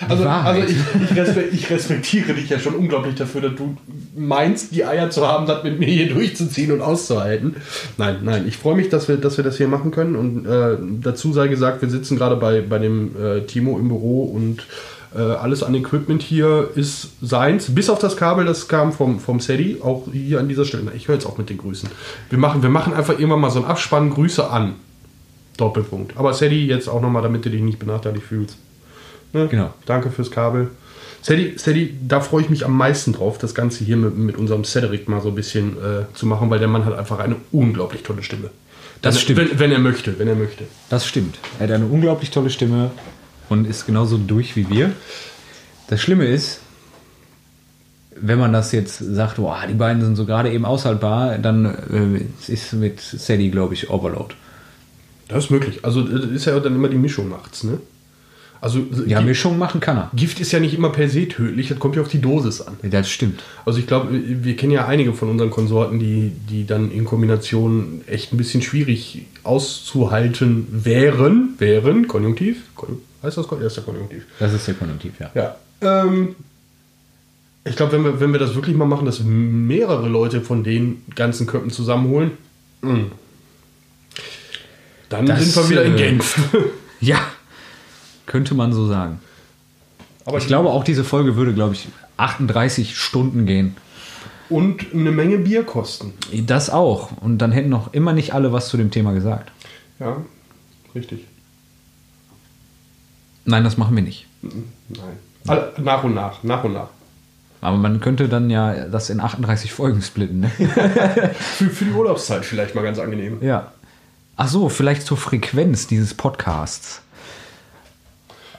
Speaker 4: Also,
Speaker 1: Wahrheit.
Speaker 4: also ich, ich, respe ich respektiere dich ja schon unglaublich dafür, dass du meinst, die Eier zu haben, das mit mir hier durchzuziehen und auszuhalten. Nein, nein, ich freue mich, dass wir, dass wir das hier machen können. Und äh, dazu sei gesagt, wir sitzen gerade bei, bei dem äh, Timo im Büro und Äh, alles an Equipment hier ist seins, bis auf das Kabel, das kam vom, vom SEDI, auch hier an dieser Stelle. Na, ich höre jetzt auch mit den Grüßen. Wir machen, wir machen einfach irgendwann mal so einen Abspann, Grüße an. Doppelpunkt. Aber SEDI jetzt auch nochmal, damit du dich nicht benachteiligt fühlst. Ne?
Speaker 1: Genau.
Speaker 4: Danke fürs Kabel. Sadie, Sadie, da freue ich mich am meisten drauf, das Ganze hier mit, mit unserem Cedric mal so ein bisschen äh, zu machen, weil der Mann hat einfach eine unglaublich tolle Stimme.
Speaker 1: Das
Speaker 4: wenn,
Speaker 1: stimmt.
Speaker 4: Wenn, wenn er möchte, wenn er möchte.
Speaker 1: Das stimmt. Er hat eine unglaublich tolle Stimme und ist genauso durch wie wir. Das Schlimme ist, wenn man das jetzt sagt, boah, die beiden sind so gerade eben aushaltbar, dann äh, es ist mit Sadie, glaube ich, Overload.
Speaker 4: Das ist möglich. Also das ist ja dann immer die Mischung macht's, ne? Also
Speaker 1: Ja,
Speaker 4: Gi-
Speaker 1: Mischung machen kann er.
Speaker 4: Gift ist ja nicht immer per se tödlich, das kommt ja auf die Dosis an.
Speaker 1: Das stimmt.
Speaker 4: Also ich glaube, wir kennen ja einige von unseren Konsorten, die, die dann in Kombination echt ein bisschen schwierig auszuhalten wären. Wären, Konjunktiv. Konjunktiv heißt das Kon- erster Konjunktiv?
Speaker 1: Das ist der Konjunktiv, ja.
Speaker 4: Ja. Ähm, ich glaube, wenn wir, wenn wir das wirklich mal machen, dass wir mehrere Leute von den ganzen Köpfen zusammenholen, mh. dann
Speaker 1: Mhm. Das,
Speaker 4: sind wir wieder in
Speaker 1: äh,
Speaker 4: Genf.
Speaker 1: Ja, könnte man so sagen.
Speaker 4: Aber
Speaker 1: Ich glaube, auch diese Folge würde, glaube ich, 38 Stunden gehen.
Speaker 4: Und eine Menge Bier kosten.
Speaker 1: Das auch. Und dann hätten noch immer nicht alle was zu dem Thema gesagt.
Speaker 4: Ja, richtig.
Speaker 1: Nein, das machen wir nicht.
Speaker 4: Nein. Alle, nach und nach, nach und nach.
Speaker 1: Aber man könnte dann ja das in 38 Folgen splitten. Ne?
Speaker 4: Für, für die Urlaubszeit vielleicht mal ganz angenehm.
Speaker 1: ja. Ach so, vielleicht zur Frequenz dieses Podcasts.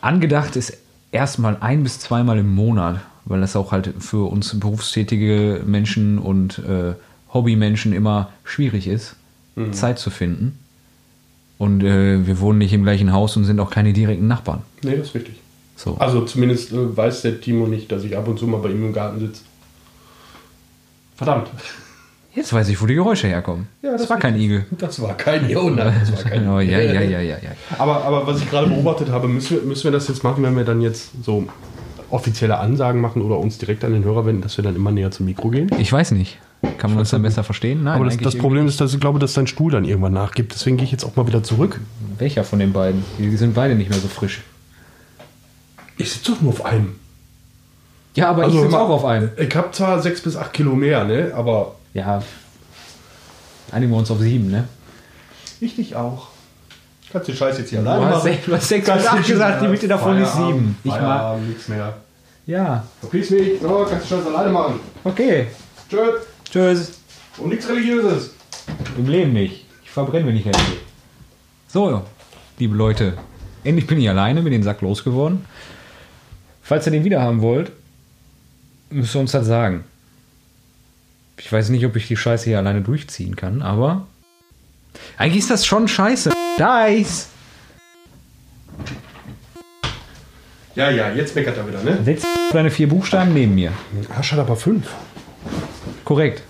Speaker 1: Angedacht ist erstmal ein bis zweimal im Monat, weil das auch halt für uns berufstätige Menschen und äh, Hobbymenschen immer schwierig ist,
Speaker 4: Mhm.
Speaker 1: Zeit zu finden. Und äh, wir wohnen nicht im gleichen Haus und sind auch keine direkten Nachbarn.
Speaker 4: Nee, das ist richtig.
Speaker 1: So.
Speaker 4: Also zumindest äh, weiß der Timo nicht, dass ich ab und zu mal bei ihm im Garten sitze. Verdammt.
Speaker 1: Jetzt weiß ich, wo die Geräusche herkommen.
Speaker 4: Ja,
Speaker 1: das,
Speaker 4: das
Speaker 1: war kein Igel.
Speaker 4: Das war kein Jonah. Das war kein
Speaker 1: Oh, ja, ja, ja, ja, ja.
Speaker 4: Aber, aber was ich gerade beobachtet habe, müssen wir, müssen wir das jetzt machen, wenn wir dann jetzt so offizielle Ansagen machen oder uns direkt an den Hörer wenden, dass wir dann immer näher zum Mikro gehen?
Speaker 1: Ich weiß nicht. Kann man uns dann besser verstehen? Nein,
Speaker 4: Aber das,
Speaker 1: eigentlich
Speaker 4: das Problem ist, dass ich glaube, dass dein Stuhl dann irgendwann nachgibt. Deswegen gehe ich jetzt auch mal wieder zurück.
Speaker 1: irgendwie- Welcher von den beiden? Die sind beide nicht mehr so frisch.
Speaker 4: Ich sitze doch nur auf einem.
Speaker 1: Ja, aber ich sitze
Speaker 4: immer-
Speaker 1: auch auf einem.
Speaker 4: Ich habe zwar sechs bis acht Kilo mehr, ne? aber
Speaker 1: Ja. Einigen wir uns auf sieben, ne?
Speaker 4: ich dich auch. Kannst den Scheiß jetzt hier
Speaker 1: Du
Speaker 4: alleine
Speaker 1: hast
Speaker 4: machen.
Speaker 1: sech- du hast sechs und acht gesagt, die Mitte davon ist sieben. Ich mag.
Speaker 4: nichts mehr.
Speaker 1: Ja.
Speaker 4: Verpiss mich. So, kannst den Scheiß alleine machen.
Speaker 1: Okay.
Speaker 4: Tschüss.
Speaker 1: Tschüss.
Speaker 4: Und nichts Religiöses.
Speaker 1: Im Leben nicht. Ich verbrenne, wenn ich helfe. So, liebe Leute. Endlich bin ich alleine, bin den Sack losgeworden. Falls ihr den wieder haben wollt, müsst ihr uns das sagen. Ich weiß nicht, ob ich die Scheiße hier alleine durchziehen kann, aber. Eigentlich ist das schon scheiße. Dice!
Speaker 4: Ja, ja, jetzt meckert er wieder, ne?
Speaker 1: Setz deine vier Buchstaben neben mir.
Speaker 4: Asch hat aber fünf.
Speaker 1: Korrekt.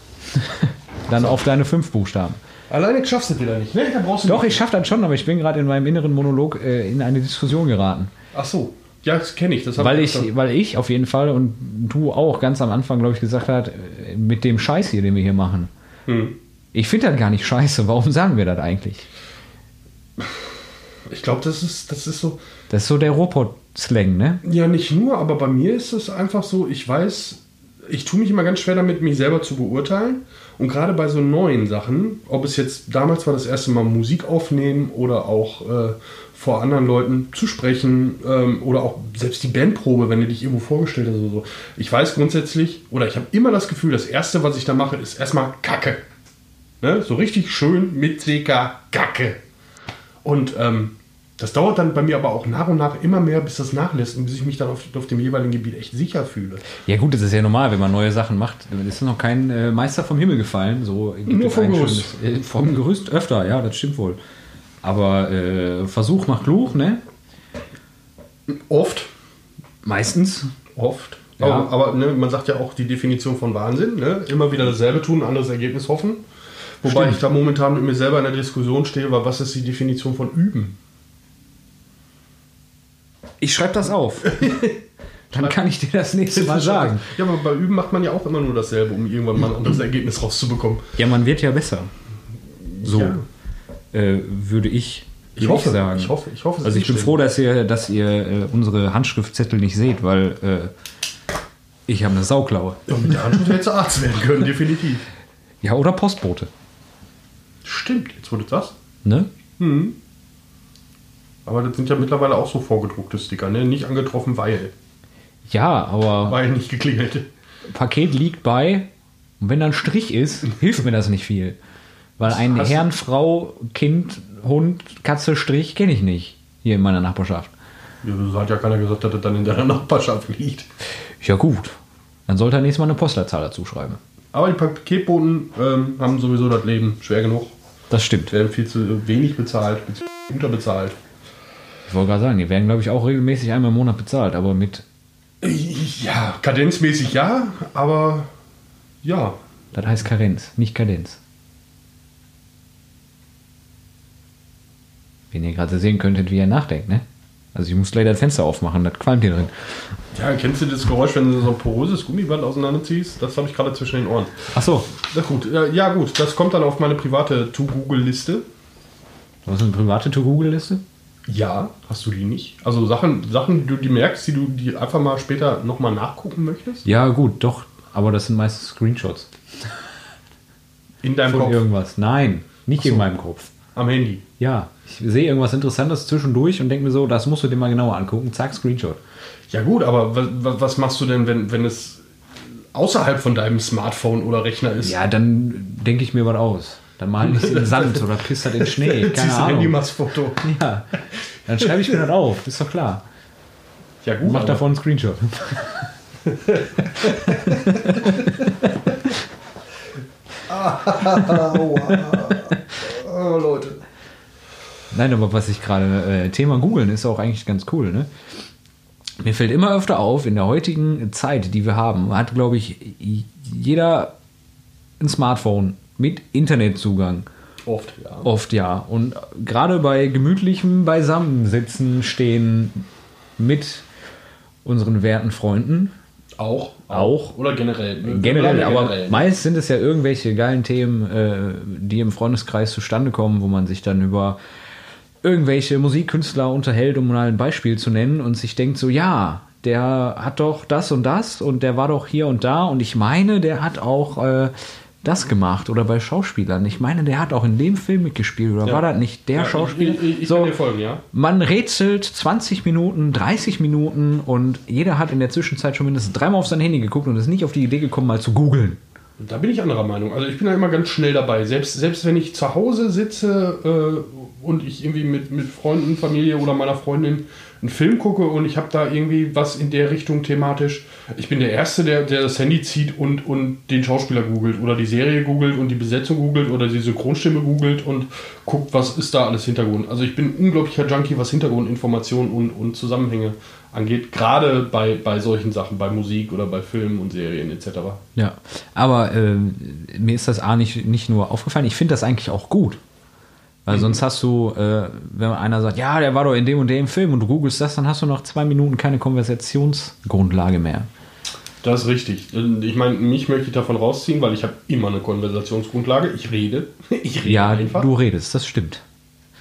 Speaker 1: Dann auf deine fünf Buchstaben.
Speaker 4: Alleine schaffst du das wieder nicht, ne? Da brauchst du
Speaker 1: Doch, ich schaff das schon, aber ich bin gerade in meinem inneren Monolog äh, in eine Diskussion geraten.
Speaker 4: Ach so. Ja, das kenne ich. Das hab
Speaker 1: Weil
Speaker 4: schon-
Speaker 1: ich, weil ich auf jeden Fall und du auch ganz am Anfang, glaube ich, gesagt hat, äh, mit dem Scheiß hier, den wir hier machen.
Speaker 4: Hm.
Speaker 1: Ich finde das gar nicht scheiße. Warum sagen wir das eigentlich?
Speaker 4: Ich glaube, das ist, das ist so.
Speaker 1: Das ist so der Robot-Slang, ne?
Speaker 4: Ja, nicht nur, aber bei mir ist es einfach so, ich weiß, ich tue mich immer ganz schwer damit, mich selber zu beurteilen. Und gerade bei so neuen Sachen, ob es jetzt damals war das erste Mal Musik aufnehmen oder auch äh, vor anderen Leuten zu sprechen ähm, oder auch selbst die Bandprobe, wenn du dich irgendwo vorgestellt hast oder so. Ich weiß grundsätzlich, oder ich habe immer das Gefühl, das Erste, was ich da mache, ist erstmal Kacke. Ne? So richtig schön mit CK Kacke. Und ähm, das dauert dann bei mir aber auch nach und nach immer mehr, bis das nachlässt und bis ich mich dann auf, auf dem jeweiligen Gebiet echt sicher fühle.
Speaker 1: Ja gut, das ist ja normal, wenn man neue Sachen macht. Es ist noch kein äh, Meister vom Himmel gefallen. So gibt
Speaker 4: Nur
Speaker 1: es
Speaker 4: vom
Speaker 1: ein
Speaker 4: Gerüst.
Speaker 1: schönes- Äh, vom Gerüst öfter, ja, das stimmt wohl. Aber äh, Versuch macht Luch, ne?
Speaker 4: Oft.
Speaker 1: Meistens.
Speaker 4: Oft.
Speaker 1: Ja.
Speaker 4: Aber, aber ne, man sagt ja auch die Definition von Wahnsinn. Ne? Immer wieder dasselbe tun, anderes Ergebnis hoffen. Wobei
Speaker 1: Stimmt.
Speaker 4: ich da momentan mit mir selber in der Diskussion stehe, weil was ist die Definition von üben?
Speaker 1: Ich schreibe das auf. Dann kann ich dir das nächste Mal sagen. Mhm.
Speaker 4: Ja, aber bei üben macht man ja auch immer nur dasselbe, um irgendwann mal ein anderes Ergebnis rauszubekommen.
Speaker 1: Ja, man wird ja besser. So
Speaker 4: Ja.
Speaker 1: äh, würde ich ich hoffe, ich sagen.
Speaker 4: Ich hoffe, ich hoffe. es
Speaker 1: also
Speaker 4: ist
Speaker 1: ich bin
Speaker 4: schlimm.
Speaker 1: froh, dass ihr, dass ihr äh, unsere Handschriftzettel nicht seht, weil äh, ich habe eine Sauklaue.
Speaker 4: Ja, mit der Handschrift hätte Arzt werden können, definitiv.
Speaker 1: Ja, oder Postbote.
Speaker 4: Stimmt, jetzt wurde das.
Speaker 1: Ne?
Speaker 4: Aber das sind ja mittlerweile auch so vorgedruckte Sticker, ne? Nicht angetroffen, weil.
Speaker 1: Ja, aber
Speaker 4: Weil nicht geklingelt.
Speaker 1: Paket liegt bei und wenn da ein Strich ist, hilft mir das nicht viel. Weil ein
Speaker 4: Hast-
Speaker 1: Herrn, Frau, Kind, Hund, Katze, Strich kenne ich nicht hier in meiner Nachbarschaft.
Speaker 4: Ja, das hat ja keiner gesagt, dass das dann in deiner Nachbarschaft liegt.
Speaker 1: Ja gut, dann sollte er nächstes Mal eine Postleitzahl dazu schreiben.
Speaker 4: Aber die Paketboten ähm, haben sowieso das Leben schwer genug.
Speaker 1: Das stimmt.
Speaker 4: Werden viel zu wenig bezahlt, beziehungsweise unterbezahlt.
Speaker 1: Ich wollte gerade sagen, die werden, glaube ich, auch regelmäßig einmal im Monat bezahlt, aber mit,
Speaker 4: Ja, kadenzmäßig ja, aber ja.
Speaker 1: das heißt Karenz, nicht Kadenz. Wenn ihr gerade sehen könntet, wie er nachdenkt, ne? Also ich muss gleich das Fenster aufmachen, das qualmt hier drin.
Speaker 4: Ja, kennst du das Geräusch, wenn du so ein poröses Gummiband auseinanderziehst? Das habe ich gerade zwischen den Ohren.
Speaker 1: Ach so,
Speaker 4: Na gut, ja, ja gut, das kommt dann auf meine private To-Google-Liste.
Speaker 1: was ist eine private To-Google-Liste?
Speaker 4: Ja, hast du die nicht? Also Sachen, Sachen, die du die merkst, die du die einfach mal später nochmal nachgucken möchtest?
Speaker 1: Ja, gut, doch. Aber das sind meistens Screenshots
Speaker 4: In deinem
Speaker 1: von
Speaker 4: Kopf,
Speaker 1: irgendwas. Nein, nicht in meinem Kopf.
Speaker 4: am Handy.
Speaker 1: Ja, ich sehe irgendwas Interessantes zwischendurch und denke mir so, das musst du dir mal genauer angucken. Zack, Screenshot.
Speaker 4: Ja gut, aber was, was machst du denn, wenn, wenn es außerhalb von deinem Smartphone oder Rechner ist?
Speaker 1: Ja, dann denke ich mir was aus. Dann male ich es in Sand oder pisse das in Schnee.
Speaker 4: Ziehst
Speaker 1: Keine
Speaker 4: du Handy,
Speaker 1: Ahnung.
Speaker 4: machst Foto.
Speaker 1: Ja, dann schreibe ich mir das auf. Ist doch klar.
Speaker 4: Ja gut,
Speaker 1: Mach
Speaker 4: aber-
Speaker 1: davon einen Screenshot.
Speaker 4: Ah, Oh, Leute.
Speaker 1: Nein, aber was ich gerade, äh, Thema googeln ist auch eigentlich ganz cool, ne? Mir fällt immer öfter auf, in der heutigen Zeit, die wir haben, hat, glaube ich, jeder ein Smartphone mit Internetzugang.
Speaker 4: Oft, ja.
Speaker 1: Oft ja. Und gerade bei gemütlichem Beisammensitzen stehen mit unseren werten Freunden.
Speaker 4: Auch.
Speaker 1: Auch.
Speaker 4: Oder generell. Wir
Speaker 1: Generell,
Speaker 4: bleiben
Speaker 1: aber
Speaker 4: generell.
Speaker 1: meist sind es ja irgendwelche geilen Themen, äh, die im Freundeskreis zustande kommen, wo man sich dann über irgendwelche Musikkünstler unterhält, um mal ein Beispiel zu nennen und sich denkt so, ja, der hat doch das und das und der war doch hier und da und ich meine, der hat auch äh, das gemacht oder bei Schauspielern. Ich meine, der hat auch in dem Film mitgespielt oder war das nicht der
Speaker 4: Ja,
Speaker 1: Schauspieler?
Speaker 4: Ich, ich, ich
Speaker 1: so,
Speaker 4: kann dir folgen, ja.
Speaker 1: man rätselt 20 Minuten, 30 Minuten und jeder hat in der Zwischenzeit schon mindestens dreimal auf sein Handy geguckt und ist nicht auf die Idee gekommen, mal zu googeln.
Speaker 4: Da bin ich anderer Meinung. Also ich bin da immer ganz schnell dabei. Selbst, selbst wenn ich zu Hause sitze äh, und ich irgendwie mit, mit Freunden, Familie oder meiner Freundin einen Film gucke und ich habe da irgendwie was in der Richtung thematisch. Ich bin der Erste, der, der das Handy zieht und, und den Schauspieler googelt oder die Serie googelt und die Besetzung googelt oder die Synchronstimme googelt und guckt, was ist da alles Hintergrund. Also ich bin ein unglaublicher Junkie, was Hintergrundinformationen und, und Zusammenhänge angeht. Gerade bei, bei solchen Sachen, bei Musik oder bei Filmen und Serien etc.
Speaker 1: Ja, aber ähm, mir ist das A nicht, nicht nur aufgefallen, ich finde das eigentlich auch gut. Weil
Speaker 4: Mhm.
Speaker 1: sonst hast du, äh, wenn einer sagt, ja, der war doch in dem und dem Film und du googelst das, dann hast du noch zwei Minuten keine Konversationsgrundlage mehr.
Speaker 4: Das ist richtig. Ich meine, mich möchte ich davon rausziehen, weil ich habe immer eine Konversationsgrundlage. Ich rede. Ich rede
Speaker 1: Ja,
Speaker 4: einfach.
Speaker 1: du redest, das stimmt.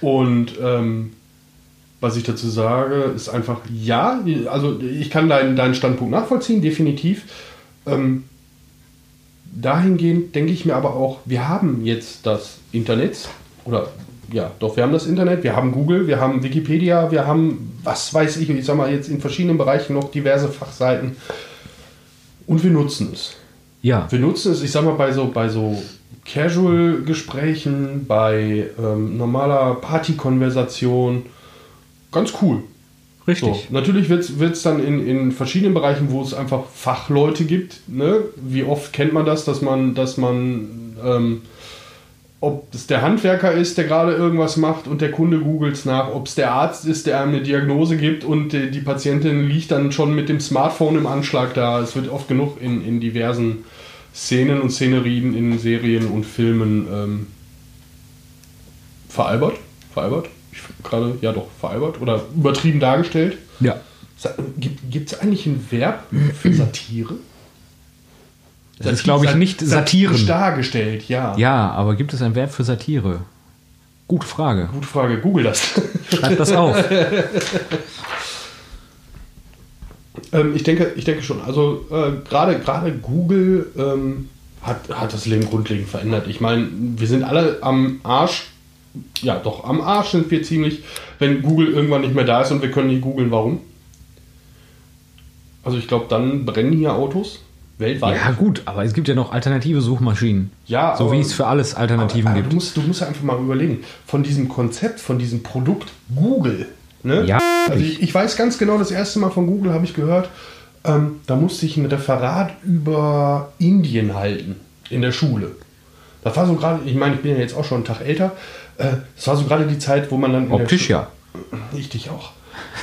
Speaker 4: Und ähm, was ich dazu sage, ist einfach, ja, also ich kann deinen, deinen Standpunkt nachvollziehen, definitiv. Ähm, dahingehend denke ich mir aber auch, wir haben jetzt das Internet oder ja, doch, wir haben das Internet, wir haben Google, wir haben Wikipedia, wir haben, was weiß ich, ich sag mal jetzt in verschiedenen Bereichen noch diverse Fachseiten und wir nutzen es.
Speaker 1: Ja,
Speaker 4: Wir nutzen es, ich sag mal, bei so, bei so Casual-Gesprächen, bei ähm, normaler Party-Konversation. Ganz cool. So,
Speaker 1: richtig.
Speaker 4: natürlich wird es dann in, in verschiedenen Bereichen, wo es einfach Fachleute gibt. Ne? Wie oft kennt man das, dass man, dass man ähm, ob es der Handwerker ist, der gerade irgendwas macht und der Kunde googelt es nach, ob es der Arzt ist, der einem eine Diagnose gibt und die, die Patientin liegt dann schon mit dem Smartphone im Anschlag da. Es wird oft genug in, in diversen Szenen und Szenerien in Serien und Filmen ähm, veralbert. Veralbert? Ich gerade, ja doch, veralbert oder übertrieben dargestellt.
Speaker 1: Ja.
Speaker 4: Gibt es eigentlich ein Verb für Satire?
Speaker 1: Das ist, glaube ich, nicht
Speaker 4: Satirisch
Speaker 1: Satiren.
Speaker 4: dargestellt, ja.
Speaker 1: Ja, aber gibt es ein Verb für Satire? Gute Frage.
Speaker 4: Gute Frage, google das.
Speaker 1: Schreib das auf.
Speaker 4: ähm, ich, denke, ich denke schon. Also äh, gerade gerade Google ähm, hat, hat das Leben grundlegend verändert. Ich meine, wir sind alle am Arsch. Ja, doch, am Arsch sind wir ziemlich, wenn Google irgendwann nicht mehr da ist und wir können nicht googeln, warum. Also ich glaube, dann brennen hier Autos weltweit.
Speaker 1: Ja, gut, aber es gibt ja noch alternative Suchmaschinen.
Speaker 4: Ja,
Speaker 1: so
Speaker 4: aber-
Speaker 1: wie es für alles Alternativen
Speaker 4: aber, aber
Speaker 1: gibt.
Speaker 4: Du musst, du musst ja einfach mal überlegen, von diesem Konzept, von diesem Produkt Google. Ne?
Speaker 1: Ja,
Speaker 4: Also ich, ich weiß ganz genau, das erste Mal von Google habe ich gehört, ähm, da musste ich ein Referat über Indien halten in der Schule. Das war so gerade, ich meine, ich bin ja jetzt auch schon einen Tag älter, äh, das war so gerade die Zeit, wo man dann in der
Speaker 1: Optisch
Speaker 4: Schu-
Speaker 1: ja.
Speaker 4: ich dich auch.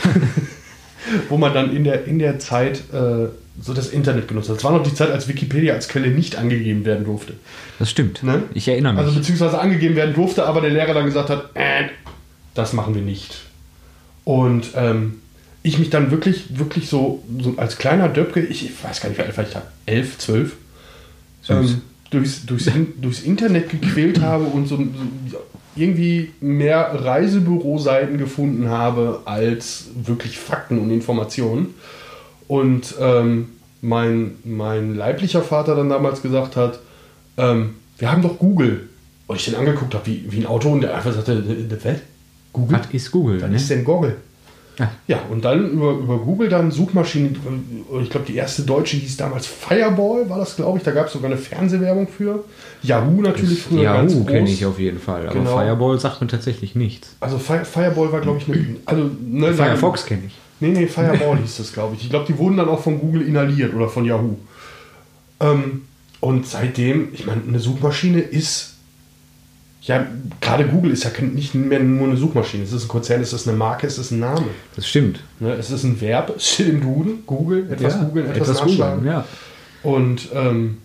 Speaker 4: Wo man dann in der, in der Zeit äh, so das Internet genutzt hat. Das war noch die Zeit, als Wikipedia als Quelle nicht angegeben werden durfte.
Speaker 1: Das stimmt.
Speaker 4: Ne?
Speaker 1: Ich erinnere mich.
Speaker 4: Also beziehungsweise angegeben werden durfte, aber der Lehrer dann gesagt hat, äh, das machen wir nicht. Und ähm, ich mich dann wirklich, wirklich so, so als kleiner Döpke, ich, ich weiß gar nicht, wie alt war ich da, elf, zwölf, ähm, durchs, durchs, In- durchs Internet gequält habe und so, so ja, irgendwie mehr Reisebüroseiten gefunden habe als wirklich Fakten und Informationen. Und ähm, mein, mein leiblicher Vater dann damals gesagt hat, ähm, wir haben doch Google. Und ich den angeguckt habe, wie, wie ein Auto und der einfach sagte, "The- the what? Google?
Speaker 1: Was ist Google?
Speaker 4: Dann
Speaker 1: ne?
Speaker 4: ist denn Goggle.
Speaker 1: Ja.
Speaker 4: Ja. und dann über, über Google dann Suchmaschinen. äh, Ich glaube, die erste deutsche hieß damals Fireball, war das, glaube ich. Da gab es sogar eine Fernsehwerbung für. Yahoo natürlich früher ganz
Speaker 1: Yahoo
Speaker 4: groß.
Speaker 1: kenne uh, ich auf jeden Fall. Aber
Speaker 4: Genau.
Speaker 1: Fireball sagt mir tatsächlich nichts.
Speaker 4: Also Fire, Fireball war, glaube ich, eine. Also, ne,
Speaker 1: Firefox kenne ich.
Speaker 4: Nee, nee, Fireball hieß das, glaube ich. Ich glaube, die wurden dann auch von Google inhaliert oder von Yahoo. Ähm, und seitdem, ich meine, eine Suchmaschine ist. Ja, gerade Google ist ja kein- nicht mehr nur eine Suchmaschine. Es ist ein Konzern, es ist eine Marke, es ist ein Name.
Speaker 1: Das stimmt.
Speaker 4: Ne, es ist ein Verb, es steht im Duden, Google, etwas
Speaker 1: Ja,
Speaker 4: googeln, etwas,
Speaker 1: etwas
Speaker 4: nachschlagen.
Speaker 1: googeln, ja.
Speaker 4: Und ähm,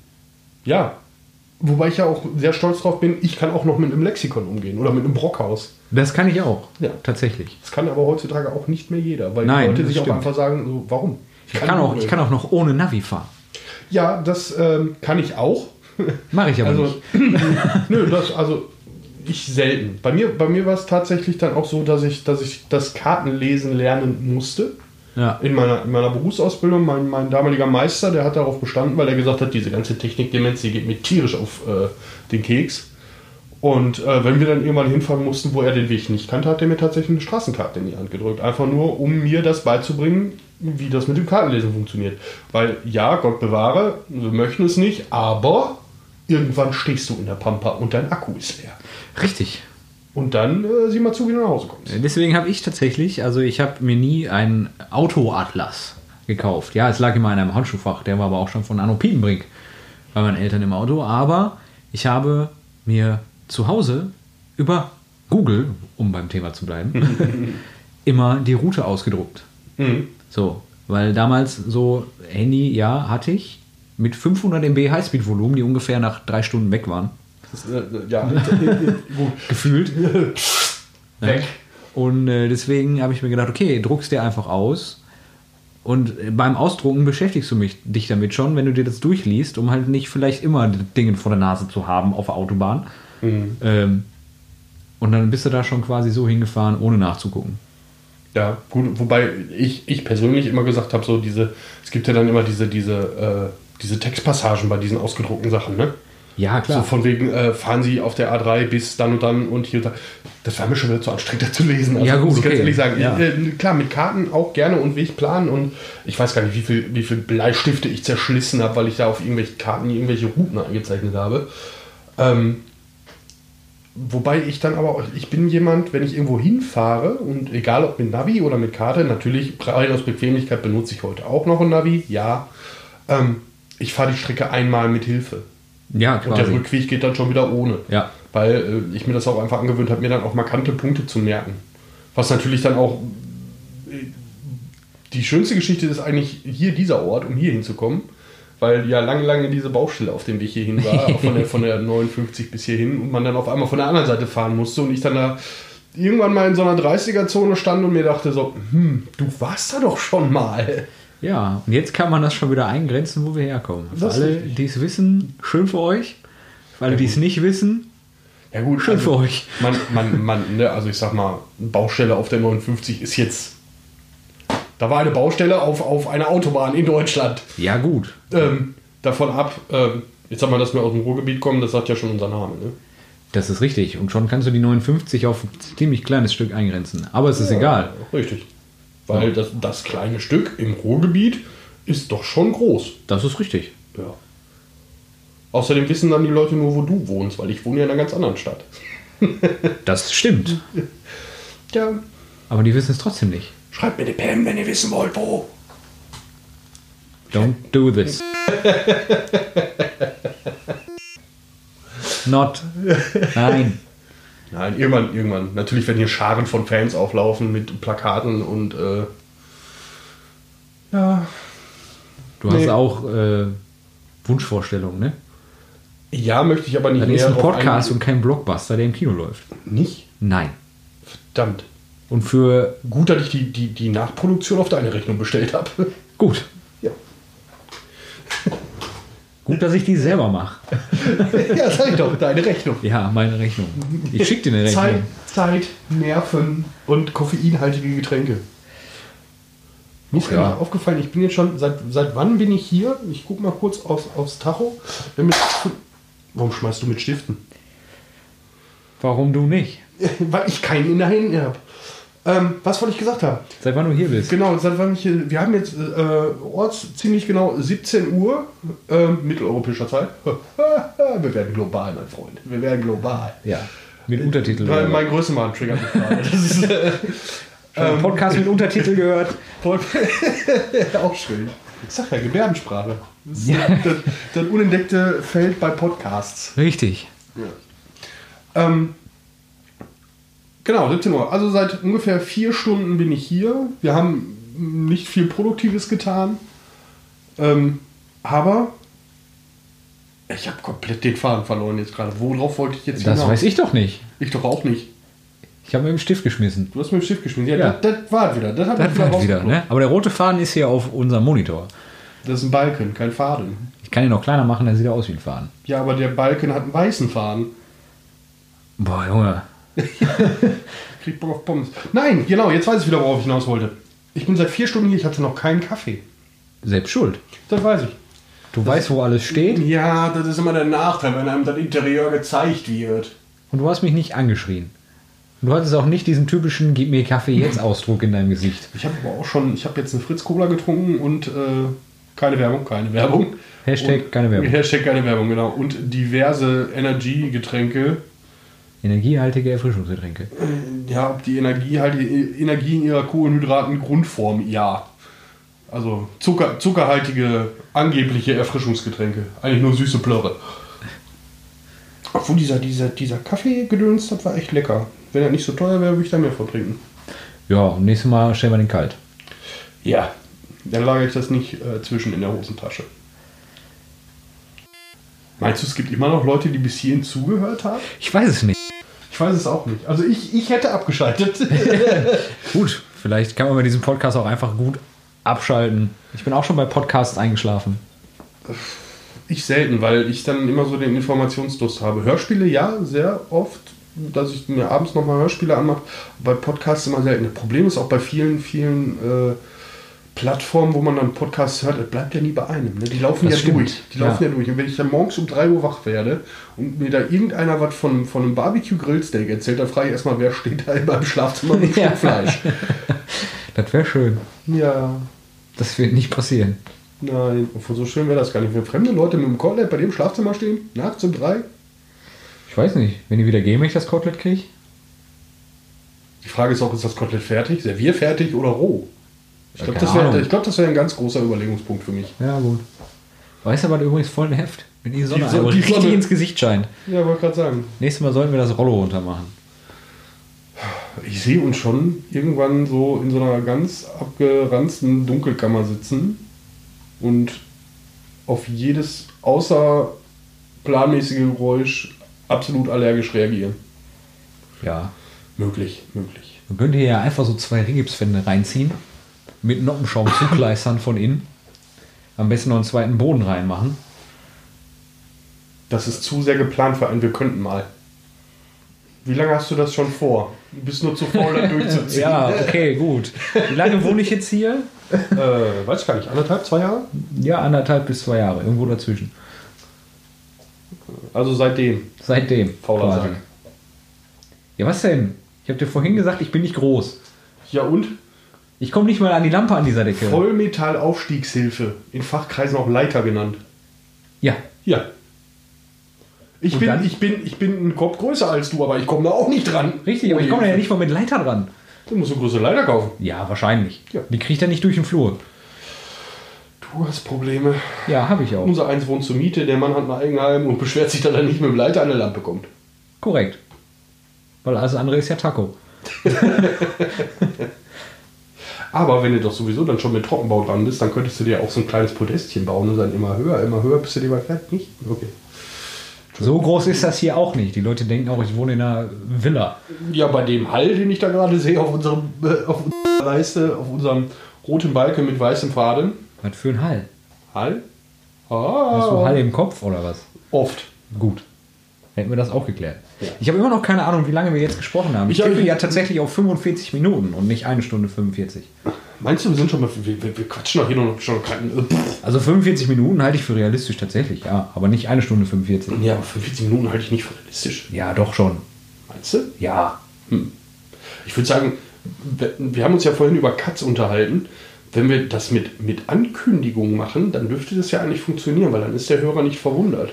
Speaker 4: ja, wobei ich ja auch sehr stolz drauf bin, ich kann auch noch mit einem Lexikon umgehen oder mit einem Brockhaus.
Speaker 1: Das kann ich auch.
Speaker 4: Ja.
Speaker 1: Tatsächlich.
Speaker 4: Das kann aber heutzutage auch nicht mehr jeder, weil
Speaker 1: Nein,
Speaker 4: die Leute
Speaker 1: das
Speaker 4: sich
Speaker 1: stimmt.
Speaker 4: auch einfach sagen, so, warum?
Speaker 1: Ich kann, auch, ich kann auch noch ohne Navi fahren.
Speaker 4: Ja, das ähm, kann ich auch.
Speaker 1: Mache ich aber
Speaker 4: Also,
Speaker 1: nicht.
Speaker 4: nö, das, also ich selten. Bei mir, bei mir war es tatsächlich dann auch so, dass ich, dass ich das Kartenlesen lernen musste.
Speaker 1: Ja.
Speaker 4: In meiner, in meiner Berufsausbildung, mein, mein damaliger Meister, der hat darauf bestanden, weil er gesagt hat, diese ganze Technikdemenz, die geht mir tierisch auf äh, den Keks. Und äh, wenn wir dann irgendwann hinfahren mussten, wo er den Weg nicht kannte, hat er mir tatsächlich eine Straßenkarte in die Hand gedrückt. Einfach nur, um mir das beizubringen, wie das mit dem Kartenlesen funktioniert. Weil ja, Gott bewahre, wir möchten es nicht, aber irgendwann stehst du in der Pampa und dein Akku ist leer.
Speaker 1: Richtig.
Speaker 4: Und dann äh, sieh mal zu, wie du nach Hause kommst.
Speaker 1: Deswegen habe ich tatsächlich, also ich habe mir nie einen Autoatlas gekauft. Ja, es lag immer in einem Handschuhfach, der war aber auch schon von Anno Piepenbrink bei meinen Eltern im Auto. Aber ich habe mir zu Hause über Google, um beim Thema zu bleiben, immer die Route ausgedruckt. So, weil damals so Handy, ja, hatte ich mit 500 MB Highspeed-Volumen, die ungefähr nach drei Stunden weg waren,
Speaker 4: Das, äh, äh, ja, gut.
Speaker 1: gefühlt.
Speaker 4: Weg.
Speaker 1: Und äh, deswegen habe ich mir gedacht, okay, druckst dir einfach aus. Und äh, beim Ausdrucken beschäftigst du mich, dich damit schon, wenn du dir das durchliest, um halt nicht vielleicht immer Dinge vor der Nase zu haben auf der Autobahn.
Speaker 4: Mhm.
Speaker 1: Ähm, und dann bist du da schon quasi so hingefahren, ohne nachzugucken.
Speaker 4: Ja, gut, wobei ich, ich persönlich immer gesagt habe, so diese, es gibt ja dann immer diese, diese, äh, diese Textpassagen bei diesen ausgedruckten Sachen, ne?
Speaker 1: Ja,
Speaker 4: So von wegen, äh, fahren Sie auf der A3 bis dann und dann und hier und da. Das war mir schon wieder zu anstrengend, das zu lesen. Also
Speaker 1: Ja, gut,
Speaker 4: muss ich ganz
Speaker 1: okay.
Speaker 4: ehrlich sagen.
Speaker 1: Ja.
Speaker 4: Äh, klar, mit Karten auch gerne und Weg planen und ich weiß gar nicht, wie viel, wie viel Bleistifte ich zerschlissen habe, weil ich da auf irgendwelchen Karten irgendwelche Routen eingezeichnet habe. Ähm, Wobei ich dann aber auch, ich bin jemand, wenn ich irgendwo hinfahre und egal ob mit Navi oder mit Karte, natürlich rein aus Bequemlichkeit benutze ich heute auch noch ein Navi, ja. Ähm, ich fahre die Strecke einmal mit Hilfe.
Speaker 1: Ja,
Speaker 4: Und der
Speaker 1: quasi.
Speaker 4: Rückweg geht dann schon wieder ohne.
Speaker 1: Ja.
Speaker 4: Weil äh, ich mir das auch einfach angewöhnt habe, mir dann auch markante Punkte zu merken. Was natürlich dann auch. äh, Die schönste Geschichte ist eigentlich hier dieser Ort, um hier hinzukommen. Weil ja lange, lange diese Baustelle auf dem Weg hierhin war, auch von der, von der 59 bis hierhin und man dann auf einmal von der anderen Seite fahren musste und ich dann da irgendwann mal in so einer 30er-Zone stand und mir dachte so, hm, du warst da doch schon mal.
Speaker 1: Ja, und jetzt kann man das schon wieder eingrenzen, wo wir herkommen. Für
Speaker 4: Das ist
Speaker 1: alle,
Speaker 4: richtig.
Speaker 1: die es wissen, schön für euch. Für alle, die es nicht wissen,
Speaker 4: Ja gut,
Speaker 1: Schön
Speaker 4: also
Speaker 1: für euch.
Speaker 4: Man, man, man, ne, also ich sag mal, Baustelle auf der 59 ist jetzt. Da war eine Baustelle auf, auf einer Autobahn in Deutschland.
Speaker 1: Ja, gut.
Speaker 4: Ähm, davon ab, ähm, jetzt sag mal, dass wir aus dem Ruhrgebiet kommen, das hat ja schon unser Name. Ne?
Speaker 1: Das ist richtig. Und schon kannst du die 59 auf ein ziemlich kleines Stück eingrenzen. Aber es ist egal.
Speaker 4: Richtig. Weil das, das kleine Stück im Ruhrgebiet ist doch schon groß.
Speaker 1: Das ist richtig.
Speaker 4: Ja. Außerdem wissen dann die Leute nur, wo du wohnst, weil ich wohne ja in einer ganz anderen Stadt.
Speaker 1: Das stimmt.
Speaker 4: Ja.
Speaker 1: Aber die wissen es trotzdem nicht.
Speaker 4: Schreibt mir die PM, wenn ihr wissen wollt, wo.
Speaker 1: Don't do this. Not. Nein.
Speaker 4: Nein, irgendwann, irgendwann. Natürlich werden hier Scharen von Fans auflaufen mit Plakaten und äh, ja.
Speaker 1: Du hast
Speaker 4: Nee.
Speaker 1: auch äh, Wunschvorstellungen, ne?
Speaker 4: Ja, möchte ich aber nicht
Speaker 1: Das ist ein
Speaker 4: drauf
Speaker 1: Podcast und
Speaker 4: eingehen.
Speaker 1: kein Blockbuster, der im Kino läuft.
Speaker 4: nicht.
Speaker 1: Nein.
Speaker 4: Verdammt.
Speaker 1: Und für
Speaker 4: Gut, dass ich die, die, die Nachproduktion auf deine Rechnung bestellt habe.
Speaker 1: gut.
Speaker 4: Ja.
Speaker 1: Gut, dass ich die selber mache.
Speaker 4: ja, sag ich doch, deine Rechnung.
Speaker 1: Ja, meine Rechnung. Ich schicke dir eine
Speaker 4: Zeit,
Speaker 1: Rechnung.
Speaker 4: Zeit, Nerven und koffeinhaltige Getränke. Mir ist
Speaker 1: Ach ja.
Speaker 4: gerade aufgefallen, ich bin jetzt schon, seit, seit wann bin ich hier? Ich guck mal kurz aufs, aufs Tacho. Wir haben jetzt- Warum schmeißt du mit Stiften?
Speaker 1: Warum du nicht?
Speaker 4: Weil ich keinen in der Hand habe. Ähm, was wollte ich gesagt haben?
Speaker 1: Seit wann du hier bist.
Speaker 4: Genau, seit wann ich hier, wir haben jetzt äh, orts ziemlich genau 17 Uhr äh, mitteleuropäischer Zeit. wir werden global, mein Freund. Wir werden global.
Speaker 1: Ja. Mit Untertitel.
Speaker 4: Weil mein ähm, Größenwahn triggert mich gerade. Das ist äh,
Speaker 1: Schon Äh, Podcast mit Untertitel gehört.
Speaker 4: voll- auch schön. Ich sag ja, Gebärdensprache. Das, ist das, das unentdeckte Feld bei Podcasts.
Speaker 1: Richtig.
Speaker 4: Ähm, genau, 17 Uhr. Also seit ungefähr vier Stunden bin ich hier. Wir haben nicht viel Produktives getan. Ähm, aber ich habe komplett den Faden verloren jetzt gerade. Worauf wollte ich jetzt
Speaker 1: Das weiß ich doch nicht.
Speaker 4: ich doch auch nicht.
Speaker 1: Ich habe mit dem Stift geschmissen.
Speaker 4: Du hast mit dem Schiff geschmissen. Ja,
Speaker 1: Ja.
Speaker 4: Das, das war wieder. Das, hat
Speaker 1: Das
Speaker 4: mich
Speaker 1: war halt wieder,
Speaker 4: rausgekloppt.
Speaker 1: ne? Aber der rote Faden ist hier auf unserem Monitor.
Speaker 4: Das ist ein Balken, kein Faden.
Speaker 1: Ich kann ihn noch kleiner machen, dann sieht er aus wie ein Faden.
Speaker 4: Ja, aber der Balken hat einen weißen Faden.
Speaker 1: Boah, Junge.
Speaker 4: Krieg Bock auf Pommes. Nein, genau, jetzt weiß ich wieder, worauf ich hinaus wollte. Ich bin seit vier Stunden hier, ich hatte noch keinen Kaffee.
Speaker 1: Selbst schuld.
Speaker 4: Das weiß ich.
Speaker 1: Du weißt, wo alles steht
Speaker 4: Ja, das ist immer der Nachteil, wenn einem das Interieur gezeigt wird.
Speaker 1: und du hast mich nicht angeschrien. Und du hattest auch nicht diesen typischen Gib mir Kaffee jetzt Ausdruck in deinem Gesicht.
Speaker 4: Ich habe aber auch schon, ich habe jetzt eine Fritz Cola getrunken und äh, keine Werbung, keine Werbung.
Speaker 1: Hashtag
Speaker 4: und,
Speaker 1: keine Werbung.
Speaker 4: Hashtag keine Werbung, genau. Und diverse Energiegetränke.
Speaker 1: Energiehaltige Erfrischungsgetränke.
Speaker 4: Ja, ob die Energie halt Energie in ihrer Kohlenhydraten Grundform, ja. Also Zucker, zuckerhaltige, angebliche Erfrischungsgetränke. Eigentlich nur süße Plörre. Obwohl dieser, dieser, dieser Kaffeegedöns, das war echt lecker. Wenn er nicht so teuer wäre, würde ich da mehr von trinken.
Speaker 1: Ja, und nächstes Mal stellen wir den kalt.
Speaker 4: Ja. Dann lagere ich das nicht äh, zwischen in der Hosentasche. Meinst du, es gibt immer noch Leute, die bis hierhin zugehört haben?
Speaker 1: Ich weiß es nicht.
Speaker 4: Ich weiß es auch nicht. Also ich, ich hätte abgeschaltet.
Speaker 1: Gut, vielleicht kann man bei diesem Podcast auch einfach gut abschalten. Ich bin auch schon bei Podcasts eingeschlafen.
Speaker 4: ich selten, weil ich dann immer so den Informationsdurst habe. Hörspiele ja, sehr oft, dass ich mir abends nochmal Hörspiele anmache. Bei Podcasts immer selten. Das Problem ist auch bei vielen, vielen äh, Plattformen, wo man dann Podcasts hört, das bleibt ja nie bei einem. Ne? Die laufen
Speaker 1: Das
Speaker 4: ja
Speaker 1: stimmt,
Speaker 4: durch. Die
Speaker 1: ja.
Speaker 4: laufen ja durch. Und wenn ich dann morgens um 3 Uhr wach werde und mir da irgendeiner was von, von einem Barbecue-Grillsteak erzählt, dann frage ich erstmal, wer steht da in meinem Schlafzimmer mit
Speaker 1: Ja.
Speaker 4: dem Fleisch?
Speaker 1: Das wäre schön.
Speaker 4: Ja.
Speaker 1: Das wird nicht passieren.
Speaker 4: Nein, obwohl so schön wäre das gar nicht. Wenn fremde Leute mit dem Kotelett bei dem Schlafzimmer stehen, nachts um drei,
Speaker 1: Ich weiß nicht, wenn die wieder gehen, wenn ich das Kotelett kriege.
Speaker 4: Die Frage ist auch, ist das Kotelett fertig, servierfertig oder roh? Ich glaube,
Speaker 1: Keine
Speaker 4: das wäre
Speaker 1: Ahnung.
Speaker 4: ich glaub, das wär ein ganz großer Überlegungspunkt für mich.
Speaker 1: Ja, gut. Weißt du, was übrigens voll nervt? Wenn die Sonne,
Speaker 4: Die Sonne-
Speaker 1: einmal
Speaker 4: die
Speaker 1: richtig
Speaker 4: Sonne.
Speaker 1: ins Gesicht scheint.
Speaker 4: Ja, wollte gerade sagen.
Speaker 1: Nächstes Mal sollten wir das Rollo runter machen.
Speaker 4: Ich sehe uns schon irgendwann so in so einer ganz abgeranzten Dunkelkammer sitzen und auf jedes außerplanmäßige Geräusch absolut allergisch reagieren.
Speaker 1: Ja.
Speaker 4: Möglich, möglich.
Speaker 1: Man könnte hier ja einfach so zwei Rigipswände reinziehen, mit Noppenschaum zukleistern von innen. Am besten noch einen zweiten Boden reinmachen.
Speaker 4: Das ist zu sehr geplant für einen, wir könnten mal. Wie lange hast du das schon vor? Du bist nur zu faul, das durchzuziehen.
Speaker 1: Ja, okay, gut. Wie lange wohne ich jetzt hier?
Speaker 4: Äh, weiß ich gar nicht, anderthalb, zwei Jahre?
Speaker 1: Ja, anderthalb bis zwei Jahre, irgendwo dazwischen.
Speaker 4: Also seitdem.
Speaker 1: Seitdem.
Speaker 4: Fauler Sack.
Speaker 1: Ja, was denn? Ich habe dir vorhin gesagt, ich bin nicht groß.
Speaker 4: Ja und?
Speaker 1: Ich komme nicht mal an die Lampe an dieser Decke.
Speaker 4: Vollmetall-Aufstiegshilfe. In Fachkreisen auch Leiter genannt.
Speaker 1: Ja,
Speaker 4: Ja. Ich
Speaker 1: Und
Speaker 4: bin,
Speaker 1: dann?
Speaker 4: ich, bin, ich bin ein Kopf größer als du, aber ich komme da auch nicht dran.
Speaker 1: richtig, aber ich komme da ja nicht mal mit Leiter dran.
Speaker 4: Du musst eine große Leiter kaufen.
Speaker 1: Ja, wahrscheinlich.
Speaker 4: Ja.
Speaker 1: Die kriegt er nicht durch den Flur.
Speaker 4: Du hast Probleme.
Speaker 1: Ja, habe ich auch.
Speaker 4: Unser Eins wohnt zur Miete, der Mann hat ein Eigenheim und beschwert sich, dass er nicht mit dem Leiter an der Lampe kommt.
Speaker 1: Korrekt. Weil alles andere ist ja Taco.
Speaker 4: Aber wenn du doch sowieso dann schon mit Trockenbau dran bist, dann könntest du dir auch so ein kleines Podestchen bauen und dann immer höher, immer höher, bis du dir mal fertig nicht. Okay.
Speaker 1: So groß ist das hier auch nicht. Die Leute denken auch, ich wohne in einer Villa.
Speaker 4: Ja, bei dem Hall, den ich da gerade sehe auf unserem äh, auf unserer Leiste, auf unserem roten Balken mit weißem Faden.
Speaker 1: Was für ein Hall?
Speaker 4: Hall?
Speaker 1: Hast
Speaker 4: Ah,
Speaker 1: du Hall im Kopf oder was?
Speaker 4: oft.
Speaker 1: Gut. Hätten wir das auch geklärt. Ich habe immer noch keine Ahnung, wie lange wir jetzt gesprochen haben. Ich,
Speaker 4: Ich hab-
Speaker 1: tippe ja tatsächlich auf 45 Minuten und nicht eine Stunde 45.
Speaker 4: Meinst du, wir sind schon mal. Wir, wir, wir quatschen doch hier noch schon keinen. Äh, pff.
Speaker 1: Also 45 Minuten halte ich für realistisch tatsächlich, ja. Aber nicht eine Stunde 45.
Speaker 4: ja, aber 45 Minuten halte ich nicht für realistisch.
Speaker 1: Ja, doch schon.
Speaker 4: Meinst du?
Speaker 1: Ja.
Speaker 4: Ich würde sagen, wir, wir haben uns ja vorhin über Cuts unterhalten. Wenn wir das mit, mit Ankündigungen machen, dann dürfte das ja eigentlich funktionieren, weil dann ist der Hörer nicht verwundert.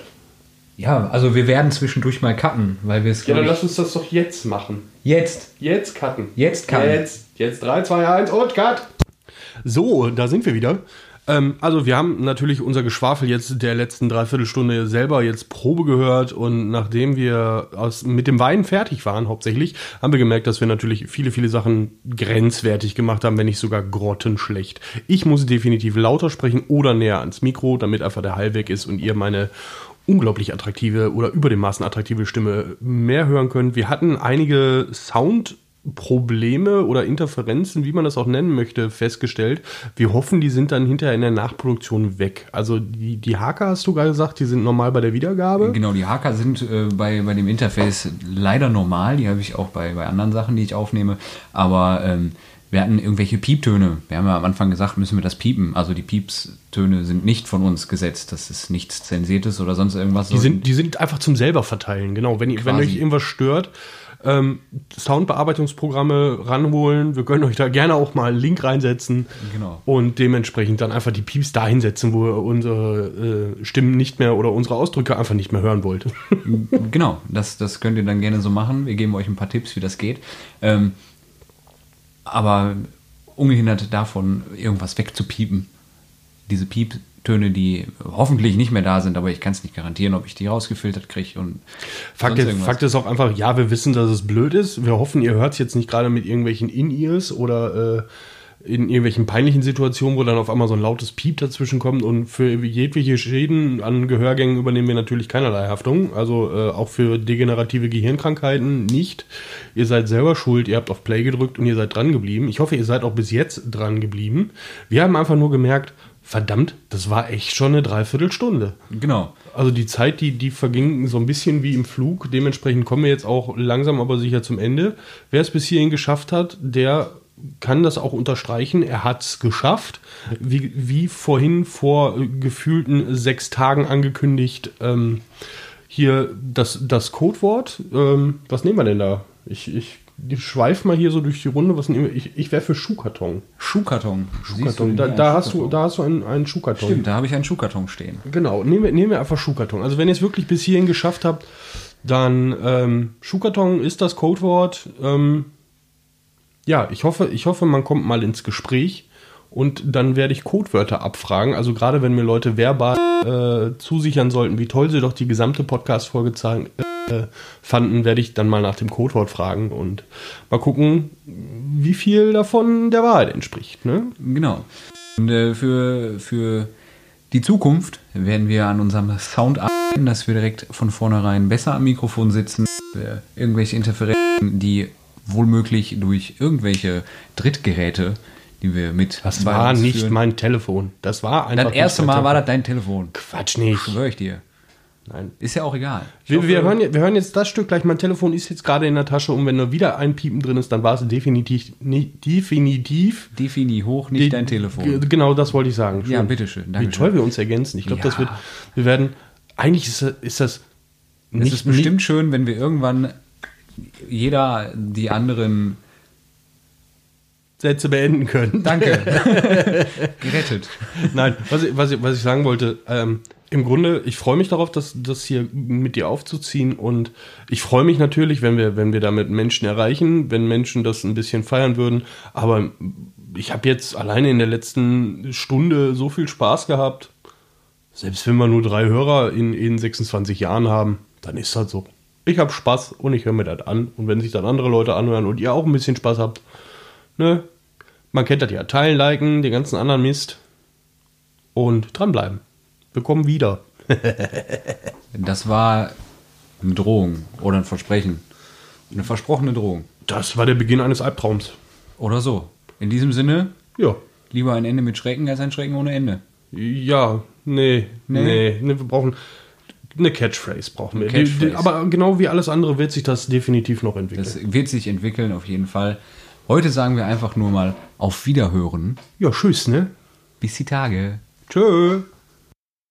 Speaker 1: Ja, also wir werden zwischendurch mal cutten, weil wir es
Speaker 4: Ja, dann
Speaker 1: glaub ich,
Speaker 4: lass uns das doch jetzt machen.
Speaker 1: jetzt.
Speaker 4: Jetzt cutten.
Speaker 1: Jetzt cutten.
Speaker 4: Jetzt, jetzt 3, 2, 1 und cut. So, da sind wir wieder. Ähm, also wir haben natürlich unser Geschwafel jetzt der letzten Dreiviertelstunde selber jetzt Probe gehört und nachdem wir aus, mit dem Wein fertig waren hauptsächlich, haben wir gemerkt, dass wir natürlich viele, viele Sachen grenzwertig gemacht haben, wenn nicht sogar grottenschlecht. Ich muss definitiv lauter sprechen oder näher ans Mikro, damit einfach der Hall weg ist und ihr meine unglaublich attraktive oder über dem Maßen attraktive Stimme mehr hören könnt. Wir hatten einige Soundprobleme oder Interferenzen, wie man das auch nennen möchte, festgestellt. Wir hoffen, die sind dann hinterher in der Nachproduktion weg. Also die, die Haker hast du gerade gesagt, die sind normal bei der Wiedergabe.
Speaker 1: Genau, die Hacker sind äh, bei, bei dem Interface leider normal. Die habe ich auch bei, bei anderen Sachen, die ich aufnehme. Aber ähm, wir hatten irgendwelche Pieptöne. Wir haben ja am Anfang gesagt, müssen wir das piepen. Also die Piepstöne sind nicht von uns gesetzt. Das ist nichts Zensiertes oder sonst irgendwas.
Speaker 4: Die sind, die sind einfach zum selber verteilen, genau. Wenn, ihr- wenn
Speaker 1: Quasi.
Speaker 4: euch irgendwas stört, ähm, Soundbearbeitungsprogramme ranholen. Wir können euch da gerne auch mal einen Link reinsetzen.
Speaker 1: Genau.
Speaker 4: Und dementsprechend dann einfach die Pieps da hinsetzen, wo ihr unsere äh, Stimmen nicht mehr oder unsere Ausdrücke einfach nicht mehr hören wollt.
Speaker 1: Genau, das, das könnt ihr dann gerne so machen. Wir geben euch ein paar Tipps, wie das geht. Ähm, aber ungehindert davon, irgendwas wegzupiepen. Diese Pieptöne, die hoffentlich nicht mehr da sind, aber ich kann es nicht garantieren, ob ich die rausgefiltert kriege. Und
Speaker 4: Fakt,
Speaker 1: sonst
Speaker 4: ist,
Speaker 1: irgendwas.
Speaker 4: Fakt ist auch einfach, ja, wir wissen, dass es blöd ist. Wir hoffen, ihr hört es jetzt nicht gerade mit irgendwelchen In-Ears oder äh, in irgendwelchen peinlichen Situationen, wo dann auf einmal so ein lautes Piep dazwischen kommt. Und für jedwege Schäden an Gehörgängen übernehmen wir natürlich keinerlei Haftung. Also äh, auch für degenerative Gehirnkrankheiten nicht. Ihr seid selber schuld, ihr habt auf Play gedrückt und ihr seid dran geblieben. Ich hoffe, ihr seid auch bis jetzt dran geblieben. Wir haben einfach nur gemerkt, verdammt, das war echt schon eine Dreiviertelstunde.
Speaker 1: Genau.
Speaker 4: Also die Zeit, die, die verging so ein bisschen wie im Flug. Dementsprechend kommen wir jetzt auch langsam aber sicher zum Ende. Wer es bis hierhin geschafft hat, der kann das auch unterstreichen. Er hat es geschafft. Wie, wie vorhin vor äh, gefühlten sechs Tagen angekündigt, ähm, hier das, das Codewort. Ähm, was nehmen wir denn da? Ich, ich schweife mal hier so durch die Runde. Was nehmen wir? Ich, ich wäre für Schuhkarton.
Speaker 1: Schuhkarton. Siehst
Speaker 4: Karton.
Speaker 1: den
Speaker 4: Da,
Speaker 1: hier?
Speaker 4: da,
Speaker 1: Ein
Speaker 4: hast du,
Speaker 1: Schuhkarton.
Speaker 4: da hast du einen, einen Schuhkarton.
Speaker 1: Stimmt, da habe ich einen Schuhkarton stehen.
Speaker 4: Genau, nehmen wir, nehmen wir einfach Schuhkarton. Also wenn ihr es wirklich bis hierhin geschafft habt, dann ähm, Schuhkarton ist das Codewort. Ähm, ja, ich hoffe, ich hoffe, man kommt mal ins Gespräch und dann werde ich Codewörter abfragen. Also gerade wenn mir Leute verbal äh, zusichern sollten, wie toll sie doch die gesamte Podcast-Folge zeigen, äh, fanden, werde ich dann mal nach dem Codewort fragen und mal gucken, wie viel davon der Wahrheit entspricht. Ne?
Speaker 1: Genau. Und äh, für, für die Zukunft werden wir an unserem Sound arbeiten, dass wir direkt von vornherein besser am Mikrofon sitzen, dass wir irgendwelche Interferenzen, die wohlmöglich durch irgendwelche Drittgeräte, die wir mit
Speaker 4: Das
Speaker 1: bei
Speaker 4: war
Speaker 1: uns
Speaker 4: nicht
Speaker 1: führen-
Speaker 4: mein Telefon. Das war einfach
Speaker 1: Das erste
Speaker 4: nicht mein
Speaker 1: Mal
Speaker 4: Telefon.
Speaker 1: war das dein Telefon.
Speaker 4: Quatsch nicht.
Speaker 1: Schwör ich dir.
Speaker 4: Nein.
Speaker 1: Ist ja auch egal.
Speaker 4: Wir, wir, hören, je- wir hören jetzt das Stück gleich. Mein Telefon ist jetzt gerade in der Tasche und wenn nur wieder ein Piepen drin ist, dann war es definitiv, ni- definitiv
Speaker 1: Defini hoch, nicht dein
Speaker 4: G-
Speaker 1: Telefon.
Speaker 4: Genau das wollte ich sagen. Schön.
Speaker 1: Ja, bitteschön.
Speaker 4: Wie
Speaker 1: Dankeschön.
Speaker 4: toll wir uns ergänzen. Ich glaube, das
Speaker 1: Ja.
Speaker 4: wird. Wir werden. Eigentlich ist, ist das.
Speaker 1: Es ist bestimmt schön, wenn wir irgendwann jeder die anderen.
Speaker 4: Sätze beenden können.
Speaker 1: Danke. Gerettet.
Speaker 4: Nein, was ich, was ich, was ich sagen wollte, ähm, im Grunde, ich freue mich darauf, das, das hier mit dir aufzuziehen und ich freue mich natürlich, wenn wir, wenn wir damit Menschen erreichen, wenn Menschen das ein bisschen feiern würden, aber ich habe jetzt alleine in der letzten Stunde so viel Spaß gehabt, selbst wenn wir nur drei Hörer in, in 26 Jahren haben, dann ist das so. Ich habe Spaß und ich höre mir das an und wenn sich dann andere Leute anhören und ihr auch ein bisschen Spaß habt, ne, man kennt das ja, teilen, liken, den ganzen anderen Mist und dranbleiben. Wir kommen wieder.
Speaker 1: Das war eine Drohung oder ein Versprechen. Eine versprochene Drohung.
Speaker 4: Das war der Beginn eines Albtraums.
Speaker 1: Oder so. In diesem Sinne,
Speaker 4: Ja.
Speaker 1: lieber ein Ende mit Schrecken als ein Schrecken ohne Ende.
Speaker 4: Ja, nee, nee, nee, wir brauchen eine Catchphrase brauchen wir.
Speaker 1: Catchphrase.
Speaker 4: Die, die, aber genau wie alles andere wird sich das definitiv noch entwickeln.
Speaker 1: Das wird sich entwickeln auf jeden Fall. Heute sagen wir einfach nur mal auf Wiederhören.
Speaker 4: ja, tschüss, ne?
Speaker 1: Bis die Tage.
Speaker 4: Tschö.